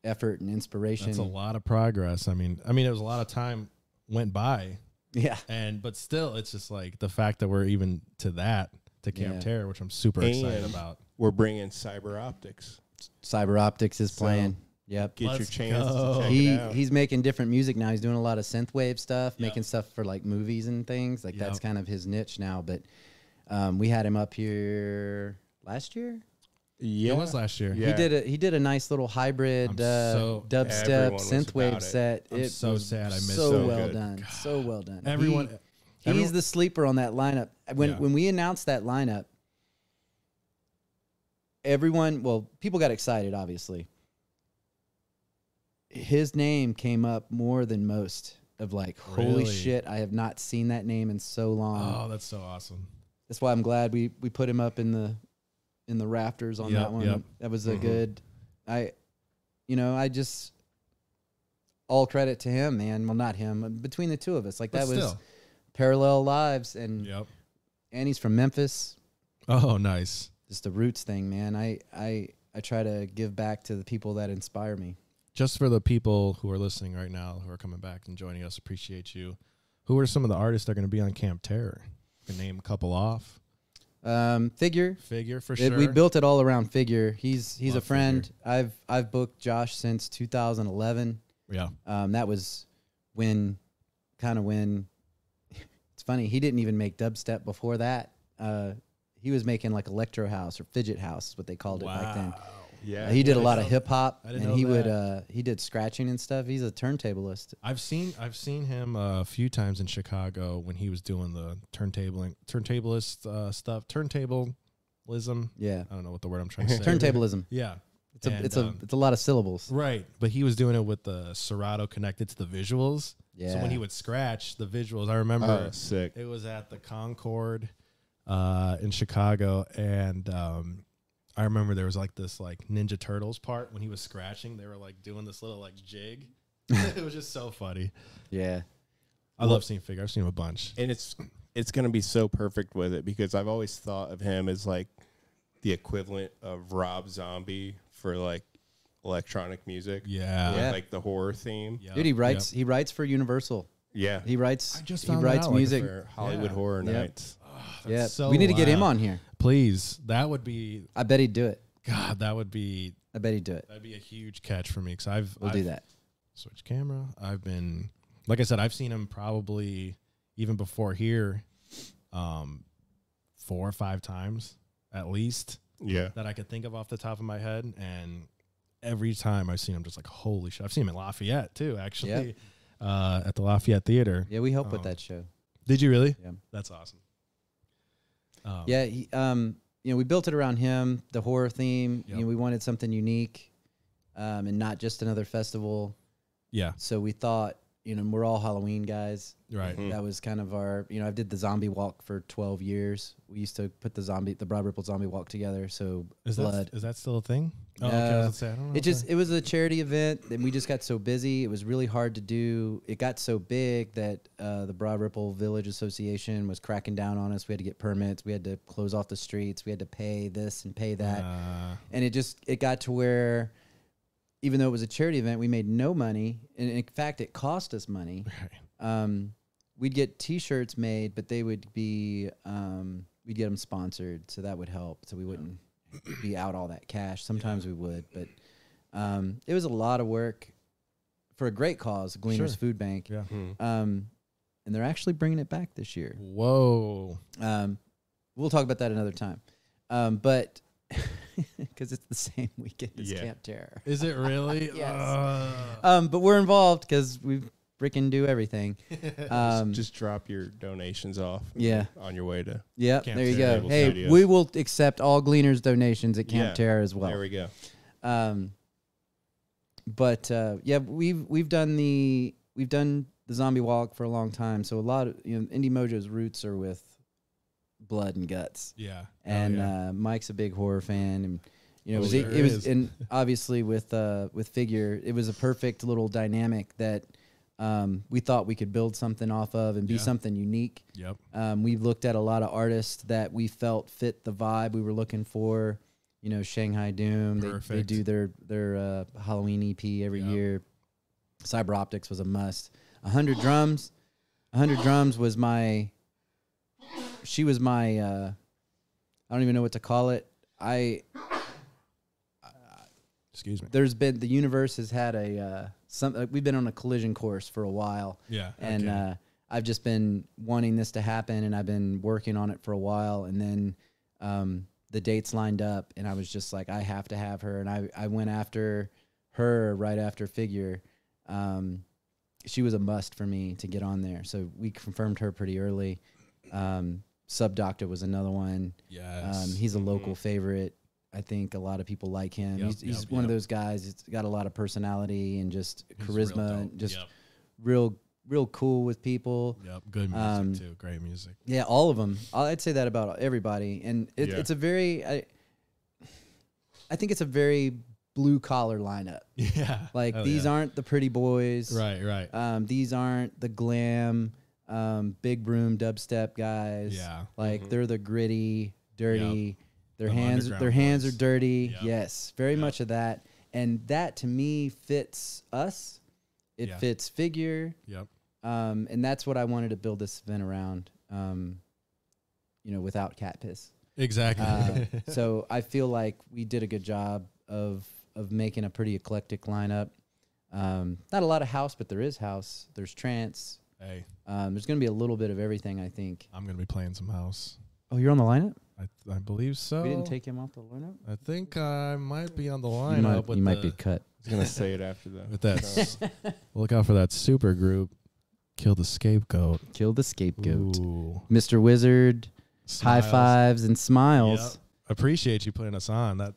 C: effort and inspiration.
A: That's a lot of progress. I mean, I mean, it was a lot of time went by,
C: Yeah,
A: and but still, it's just like the fact that we're even to that to Camp
C: Yeah.
A: Terror, which I'm super excited
B: And-
A: about.
B: We're bringing cyber optics.
C: Cyber Optics is playing. yep.
B: Get your
A: Let's
B: chance
A: go.
B: to check
C: he
B: it out.
C: he's making different music now. He's doing a lot of synthwave stuff, making stuff for like movies and things. Like that's
A: Yep.
C: kind of his niche now. But um, we had him up here last year.
B: yeah.
A: It was last year.
B: Yeah.
C: He did a he did a nice little
A: I'm
C: hybrid uh,
A: so-
B: Everyone
C: dubstep
B: was
C: synthwave
B: about it.
C: set.
A: I'm
C: it
A: so
C: was
A: sad I missed
C: so
B: it.
C: well
B: Good.
C: done, so well done.
A: Everyone-
C: He- he's
A: everyone-
C: the sleeper on that lineup. When
A: Yeah.
C: when we announced that lineup, everyone well people got excited obviously. His name came up more than most of like holy
A: Really?
C: shit I have not seen that name in so long
A: Oh, that's so awesome.
C: that's why I'm glad we we put him up in the in the rafters on
A: Yep,
C: that one.
A: yep.
C: That was a
A: Mm-hmm.
C: good I you know, I just all credit to him, man. Well, not him. Between the two of us, like
A: But
C: that was
A: still.
C: parallel lives and
A: Yep.
C: and he's from Memphis.
A: Oh, nice.
C: Just the roots thing, man. I I I try to give back to the people that inspire me.
A: just for the people who are listening right now, who are coming back and joining us, appreciate you. Who are some of the artists that are going to be on Camp Terror? You can name a couple off.
C: Um, figure.
A: Figure for
C: It-
A: sure.
C: We built it all around Figure. He's he's
A: Love
C: a friend. I've I've booked Josh since 2011.
A: yeah.
C: Um, that was when, kind of when. It's funny he didn't even make dubstep before that. Uh, he was making like electro house or fidget house, is what they called it back then.
B: Yeah,
C: Uh, he did a
A: I
C: lot of
A: know-
C: hip hop,
A: I didn't
C: and
A: know
C: he would
A: that.
C: uh, he did scratching and stuff. He's a turntablist.
A: I've seen I've seen him uh, a few times in Chicago when he was doing the turntabling turntablist uh, stuff turntablism.
C: Yeah,
A: I don't know what the word I'm trying to say.
C: turntablism.
A: Yeah,
C: It's a
A: And,
C: it's a
A: um,
C: it's a lot of syllables.
A: right. But he was doing it with the Serato connected to the visuals. So
C: Yeah.
A: when he would scratch the visuals, I remember
B: Oh, sick.
A: it was at the Concord uh, in Chicago, and um, I remember there was like this like Ninja Turtles part when he was scratching. They were like doing this little like jig. it was just so funny.
C: Yeah,
A: I love seeing figure. I've seen him a bunch.
B: and it's it's gonna be so perfect with it because I've always thought of him as like the equivalent of Rob Zombie for like electronic music.
A: Yeah.
B: With,
C: Yeah.
B: like the horror theme.
A: Yep.
C: dude, he writes he writes for Universal.
B: Yeah,
C: He writes
A: I just
C: he
A: found that
C: writes
A: out, like,
C: music.
B: for
A: Yeah.
B: Hollywood Horror
C: Yep.
B: Nights.
A: Yep.
C: yeah,
A: That's so
C: we need to get him
A: loud.
C: on here.
A: Please, that would be
C: I bet he'd do it.
A: God. That would be
C: I bet he'd do it.
A: that'd be a huge catch for me because I've
C: We'll
A: I've
C: do that.
A: switch camera. I've been, like I said, I've seen him probably even before here, um, four or five times at least
B: Yeah,
A: that I could think of off the top of my head. And every time I've seen him, just like holy shit! I've seen him in Lafayette too, actually, uh, at the Lafayette Theater.
C: Yeah, we help with
A: Um,
C: that show.
A: Did you really?
C: Yeah.
A: That's awesome. Um,
C: Yeah, he, um, you know, we built it around him, the horror theme. You
A: Yep.
C: know, we wanted something unique, um, and not just another festival.
A: yeah,
C: So we thought, you know, we're all Halloween guys.
A: right.
B: Mhm.
C: That was kind of our, you know, I did the zombie walk for 12 years. We used to put the zombie, the Broad Ripple zombie walk together. So
A: Is
C: blood.
A: that is that still a thing?
C: No.
A: gonna say, I don't know
C: It
A: if
C: just
A: I-
C: it was a charity event, and we just got so busy. It was really hard to do. It got so big that uh, the Broad Ripple Village Association was cracking down on us. We had to get permits. We had to close off the streets. We had to pay this and pay that,
A: Uh,
C: and it just it got to where, even though it was a charity event, we made no money. And in fact, it cost us money.
A: right.
C: Um, we'd get T-shirts made, but they would be um, we'd get them sponsored, so that would help. So we wouldn't be out all that cash. Sometimes we would, but um, it was a lot of work for a great cause, Gleaners
A: Sure.
C: Food Bank.
A: Yeah.
C: Um, and they're actually bringing it back this year.
A: Whoa.
C: Um, we'll talk about that another time. Um, but because it's the same weekend as
B: Yeah.
C: Camp Terror.
A: Is it really?
C: Yes.
A: Ugh.
C: Um, but we're involved because we freaking do everything.
A: Uh,
C: Um,
B: just drop your donations off.
C: yeah.
B: on your way to
C: Yep,
A: Camp
C: there you
A: Terror
C: go.
B: Label
C: Hey,
B: Studios.
C: we will accept all Gleaners donations at Camp
B: Yeah,
C: Terror as well.
B: there we go.
C: um, but uh, yeah, we've we've done the we've done the zombie walk for a long time. So a lot of you know, Indie Mojo's roots are with blood and guts,
A: Yeah. Oh,
C: and
A: yeah.
C: uh, Mike's a big horror fan, and you know
A: Oh,
C: it was
A: sure
C: it was
A: is.
C: and obviously with uh, with figure, it was a perfect little dynamic that. Um, we thought we could build something off of and be
A: Yeah.
C: something unique.
A: yep.
C: Um, we looked at a lot of artists that we felt fit the vibe we were looking for. You know, Shanghai Doom. They, they
A: Perfect.
C: do their their uh, Halloween EP every
A: Yep.
C: year. Cyber Optics was a must. A hundred drums. A hundred drums was my. She was my. Uh, I don't even know what to call it. I
A: Excuse me.
C: there's been the universe has had a uh, some. Like we've been on a collision course for a while
A: Yeah.
C: and
A: okay.
C: uh, I've just been wanting this to happen, and I've been working on it for a while, and then um, the dates lined up, and I was just like, I have to have her, and I I went after her right after Figure. Um, she was a must for me to get on there, so we confirmed her pretty early. Um, Sub Doctor was another one.
A: yes. Mm-hmm.
C: Um, he's a local favorite. I think a lot of people like him.
A: Yep,
C: he's he's
A: yep,
C: one of
A: yep.
C: those guys. It's got a lot of personality and just
A: He's real
C: charisma,
A: dope.
C: and just
A: Yep.
C: real real cool with people.
A: Yep. Good music
C: um,
A: too. Great music.
C: Yeah, all of them. I'd say that about everybody, and it,
B: Yeah.
C: it's a very, I, I think it's a very blue collar lineup.
A: Yeah.
C: Like these aren't the pretty boys,
A: Right. Right.
C: Um, these aren't the glam, um, big broom dubstep guys.
A: Yeah.
C: like they're the gritty, dirty. Their
A: The
C: hands, their
A: underground
C: hands are
A: ones.
C: dirty.
A: Yep.
C: Yes, very much of that. and that to me fits us. It
A: Yeah.
C: fits figure,
A: Yep.
C: um, and that's what I wanted to build this event around. Um, you know, without cat piss.
A: Exactly.
C: Uh, so I feel like we did a good job of of making a pretty eclectic lineup. Um, not a lot of house, but there is house. There's trance.
A: hey,
C: Um, there's going to be a little bit of everything, I think.
A: I'm gonna be playing some house.
C: Oh, you're on the lineup.
A: I I believe so.
C: We didn't take him off the lineup.
A: I think I might be on the
C: you
A: Oh. line
C: might,
A: up with
C: you might
A: the-
C: be cut.
B: was gonna say it after that.
A: with that. s- look out for that super group. Kill the scapegoat.
C: Kill the scapegoat.
A: Ooh.
C: Mr. Wizard, high
A: Smiles.
C: fives and smiles.
A: Yep. Appreciate you putting us on. That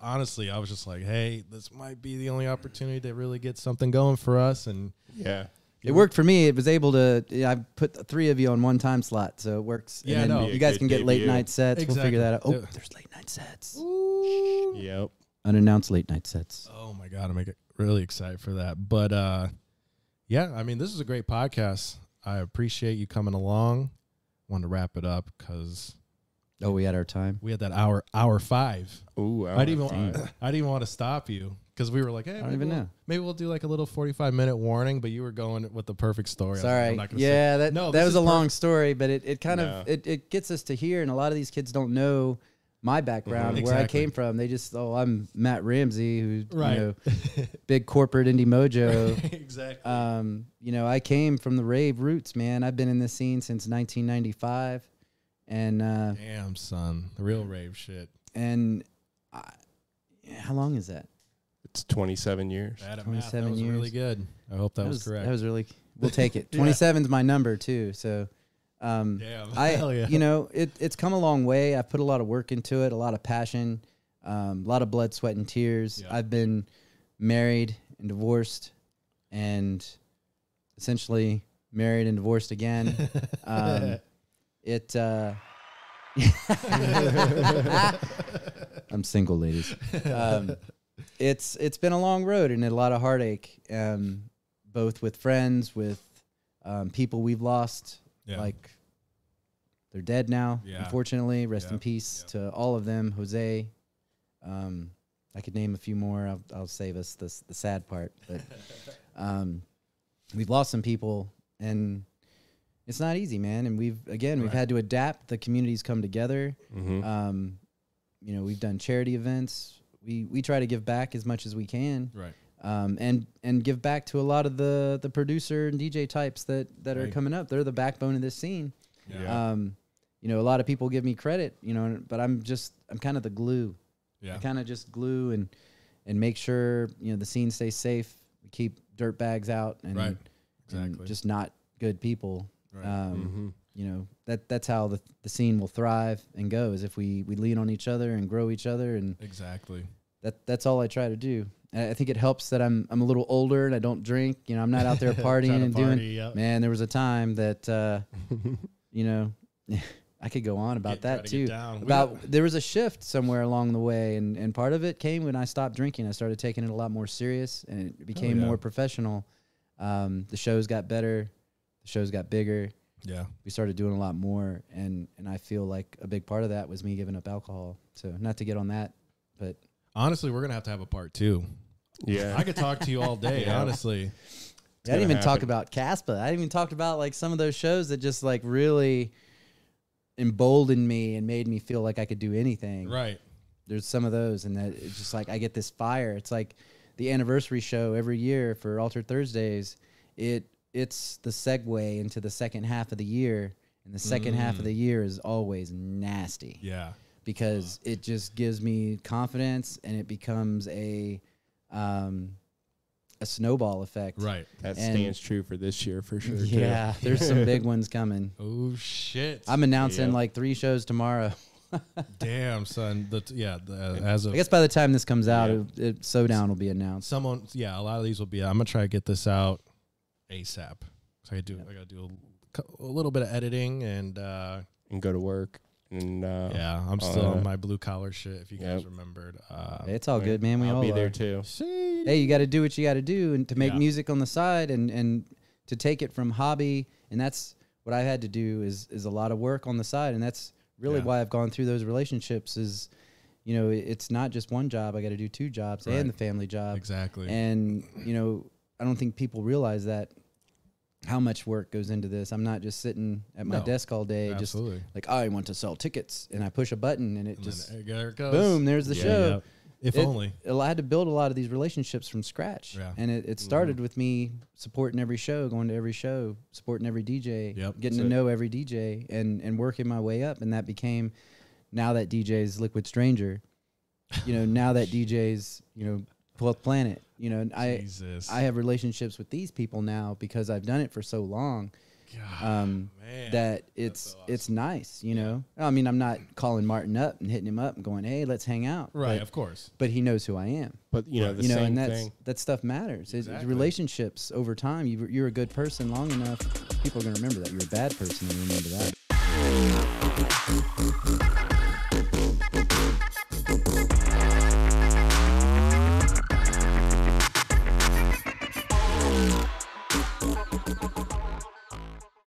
A: honestly, I was just like, hey, this might be the only opportunity to really get something going for us. And
B: Yeah.
C: It worked for me. It was able to. yeah, I put the three of you on one time slot, so it works.
A: Yeah,
C: and then
A: no.
C: you guys can get late
B: Debut.
C: night sets. We'll
A: Exactly.
C: figure that out. Oh,
A: Yeah.
C: there's late night sets.
B: Yep.
C: Unannounced late night sets.
A: Oh my god, I'm like, really excited for that. But uh yeah, I mean, this is a great podcast. I appreciate you coming along. Wanted to wrap it up because
C: Oh, we had our time.
A: we had that hour hour five.
B: Ooh.
A: I didn't
B: hour
A: even
B: five.
A: I didn't even want to stop you because we were like, hey,
C: I don't
A: maybe
C: even
A: we'll-
C: know.
A: Maybe we'll do like a little forty five minute warning, but you were going with the perfect story. I was like,
C: Sorry.
A: I'm not gonna say-
C: yeah, that
A: No,
C: that
A: this
C: was
A: is
C: a long story, but it, it kind of
B: No.
C: it, it gets us to here, and a lot of these kids don't know my background,
A: Mhm.
C: where I
A: Exactly.
C: came from. They just oh, I'm Matt Ramsey, who
A: Right.
C: you know, big corporate indie mojo.
A: exactly.
C: Um, you know, I came from the rave roots, man. I've been in this scene since 1995, and uh,
A: Damn son, the real rave shit.
C: and I, how long is that?
B: It's 27 years.
A: Bad at math. That
C: 27
A: was
C: years.
A: really good. I hope that, was, correct.
C: That was really. We'll take it.
A: Yeah.
C: 27's my number too. So, um,
A: Damn.
C: I,
A: Hell yeah.
C: you know, it, it's come a long way. I've put a lot of work into it, a lot of passion, um, a lot of blood, sweat, and tears.
A: Yeah.
C: I've been married and divorced, and essentially married and divorced again. um, it. Uh, I'm single, ladies. Um, it's it's been a long road and a lot of heartache, um, both with friends, with um, people we've lost,
A: Yeah.
C: like they're dead now.
A: Yeah.
C: Unfortunately, rest in
A: Yep.
C: peace
A: Yep.
C: to all of them. Jose, um, I could name a few more. I'll, I'll save us this the sad part, but um, we've lost some people, and it's not easy, man. And we've again we've
A: Right.
C: had to adapt. The communities come together.
B: Mm-hmm.
A: Uh,
C: Um, you know, we've done charity events. We we try to give back as much as we can,
A: right.
C: um, and and give back to a lot of the the producer and DJ types that that are
A: Right.
C: coming up. They're the backbone of this scene.
A: Yeah.
B: Yeah.
C: Um, you know, a lot of people give me credit, you know, but I'm just I'm kind of the glue.
A: yeah.
C: I kind of just glue and and make sure you know the scene stays safe. We keep dirt bags out and,
A: Right.
C: and
A: Exactly.
C: just not good people.
A: Right.
C: Um,
B: Mm-hmm.
C: you know that that's how the, the scene will thrive and go is if we we lean on each other and grow each other and
A: Exactly.
C: that that's all I try to do. And I think it helps that I'm I'm a little older and I don't drink. You know, I'm not out there partying and doing. Man, there was a time that uh, you know I could go on about that too. About there was a shift somewhere along the way, and and part of it came when I stopped drinking. I started taking it a lot more serious, and it became
A: yeah.
C: more professional. Um, the shows got better, the shows got bigger.
A: yeah.
C: We started doing a lot more, and and I feel like a big part of that was me giving up alcohol. So not to get on that, but
A: Honestly, we're gonna have to have a part two.
B: Yeah.
A: I could talk to you all day.
B: Yeah.
A: Honestly.
C: I didn't
B: gonna
C: even talk
B: happen.
C: about Caspa. I didn't even talk about like some of those shows that just like really emboldened me and made me feel like I could do anything.
A: Right.
C: There's some of those, and that it's just like I get this fire. It's like the anniversary show every year for Altered Thursdays. It it's the segue into the second half of the year, and the second half of
B: Mm.
C: the year is always nasty
A: Yeah.
C: because it just gives me confidence, and it becomes a um, a snowball effect.
A: Right.
B: that
C: and-
B: stands true for this year for sure. too.
C: Yeah, there's some big ones coming.
A: Oh shit.
C: I'm announcing
B: Yeah.
C: like three shows tomorrow.
A: Damn son. The t- yeah. The, uh, as of
C: I guess by the time this comes out,
B: Yeah.
C: it, it, so down will be announced.
A: someone. Yeah. A lot of these will be. I'm gonna try to get this out ASAP. So I do. I gotta do a, cou- a little bit of editing and. uh
B: And go to work. And
C: Oh.
B: uh,
A: Yeah, I'm still on
B: Uh,
A: my blue collar shit. If you guys
B: yep.
A: remembered, uh,
C: It's all
B: I-
C: good, man. We
B: I'll
C: all
B: be
C: are.
B: there too.
A: see,
C: Hey, you got to do what you got to do, and to make
A: Yeah.
C: music on the side, and and to take it from hobby, and that's what I had to do is is a lot of work on the side, and that's really
A: Yeah.
C: why I've gone through those relationships is you know, it- it's not just one job. I got to do two jobs
A: Right.
C: and the family job.
A: Exactly.
C: And you know, I don't think people realize that how much work goes into this. I'm not just sitting at my
A: No.
C: desk all day,
A: Absolutely.
C: just like I want to sell tickets, and I push a button and it
A: And then
C: just
A: there it goes.
C: boom, there's the
B: Yeah,
C: show.
A: yeah. If
C: It-
A: only.
C: I had to build a lot of these relationships from scratch,
A: Yeah. Mm-hmm.
C: and it, it started with me supporting every show, going to every show, supporting every DJ,
A: Yep,
C: getting to
B: that's it.
C: know every DJ, and and working my way up, and that became now that DJ's Liquid Stranger, you know, now that DJ's you know Twelfth Planet, you know, and I
A: Jesus.
C: I have relationships with these people now because I've done it for so long
A: God,
C: um,
A: man.
C: that it's
A: so
C: it's nice, you know. I mean, I'm not calling Martin up and hitting him up and going, "Hey, let's hang out,"
A: right,
C: but-
A: of course.
C: but he knows who I am
B: But you know
A: Right.
B: the
C: you know,
B: same
C: and that's
B: thing.
C: that stuff matters. It's- It's
A: Exactly.
C: relationships over time. You, you're a good person long enough, people are gonna remember that. You're a bad person and remember that.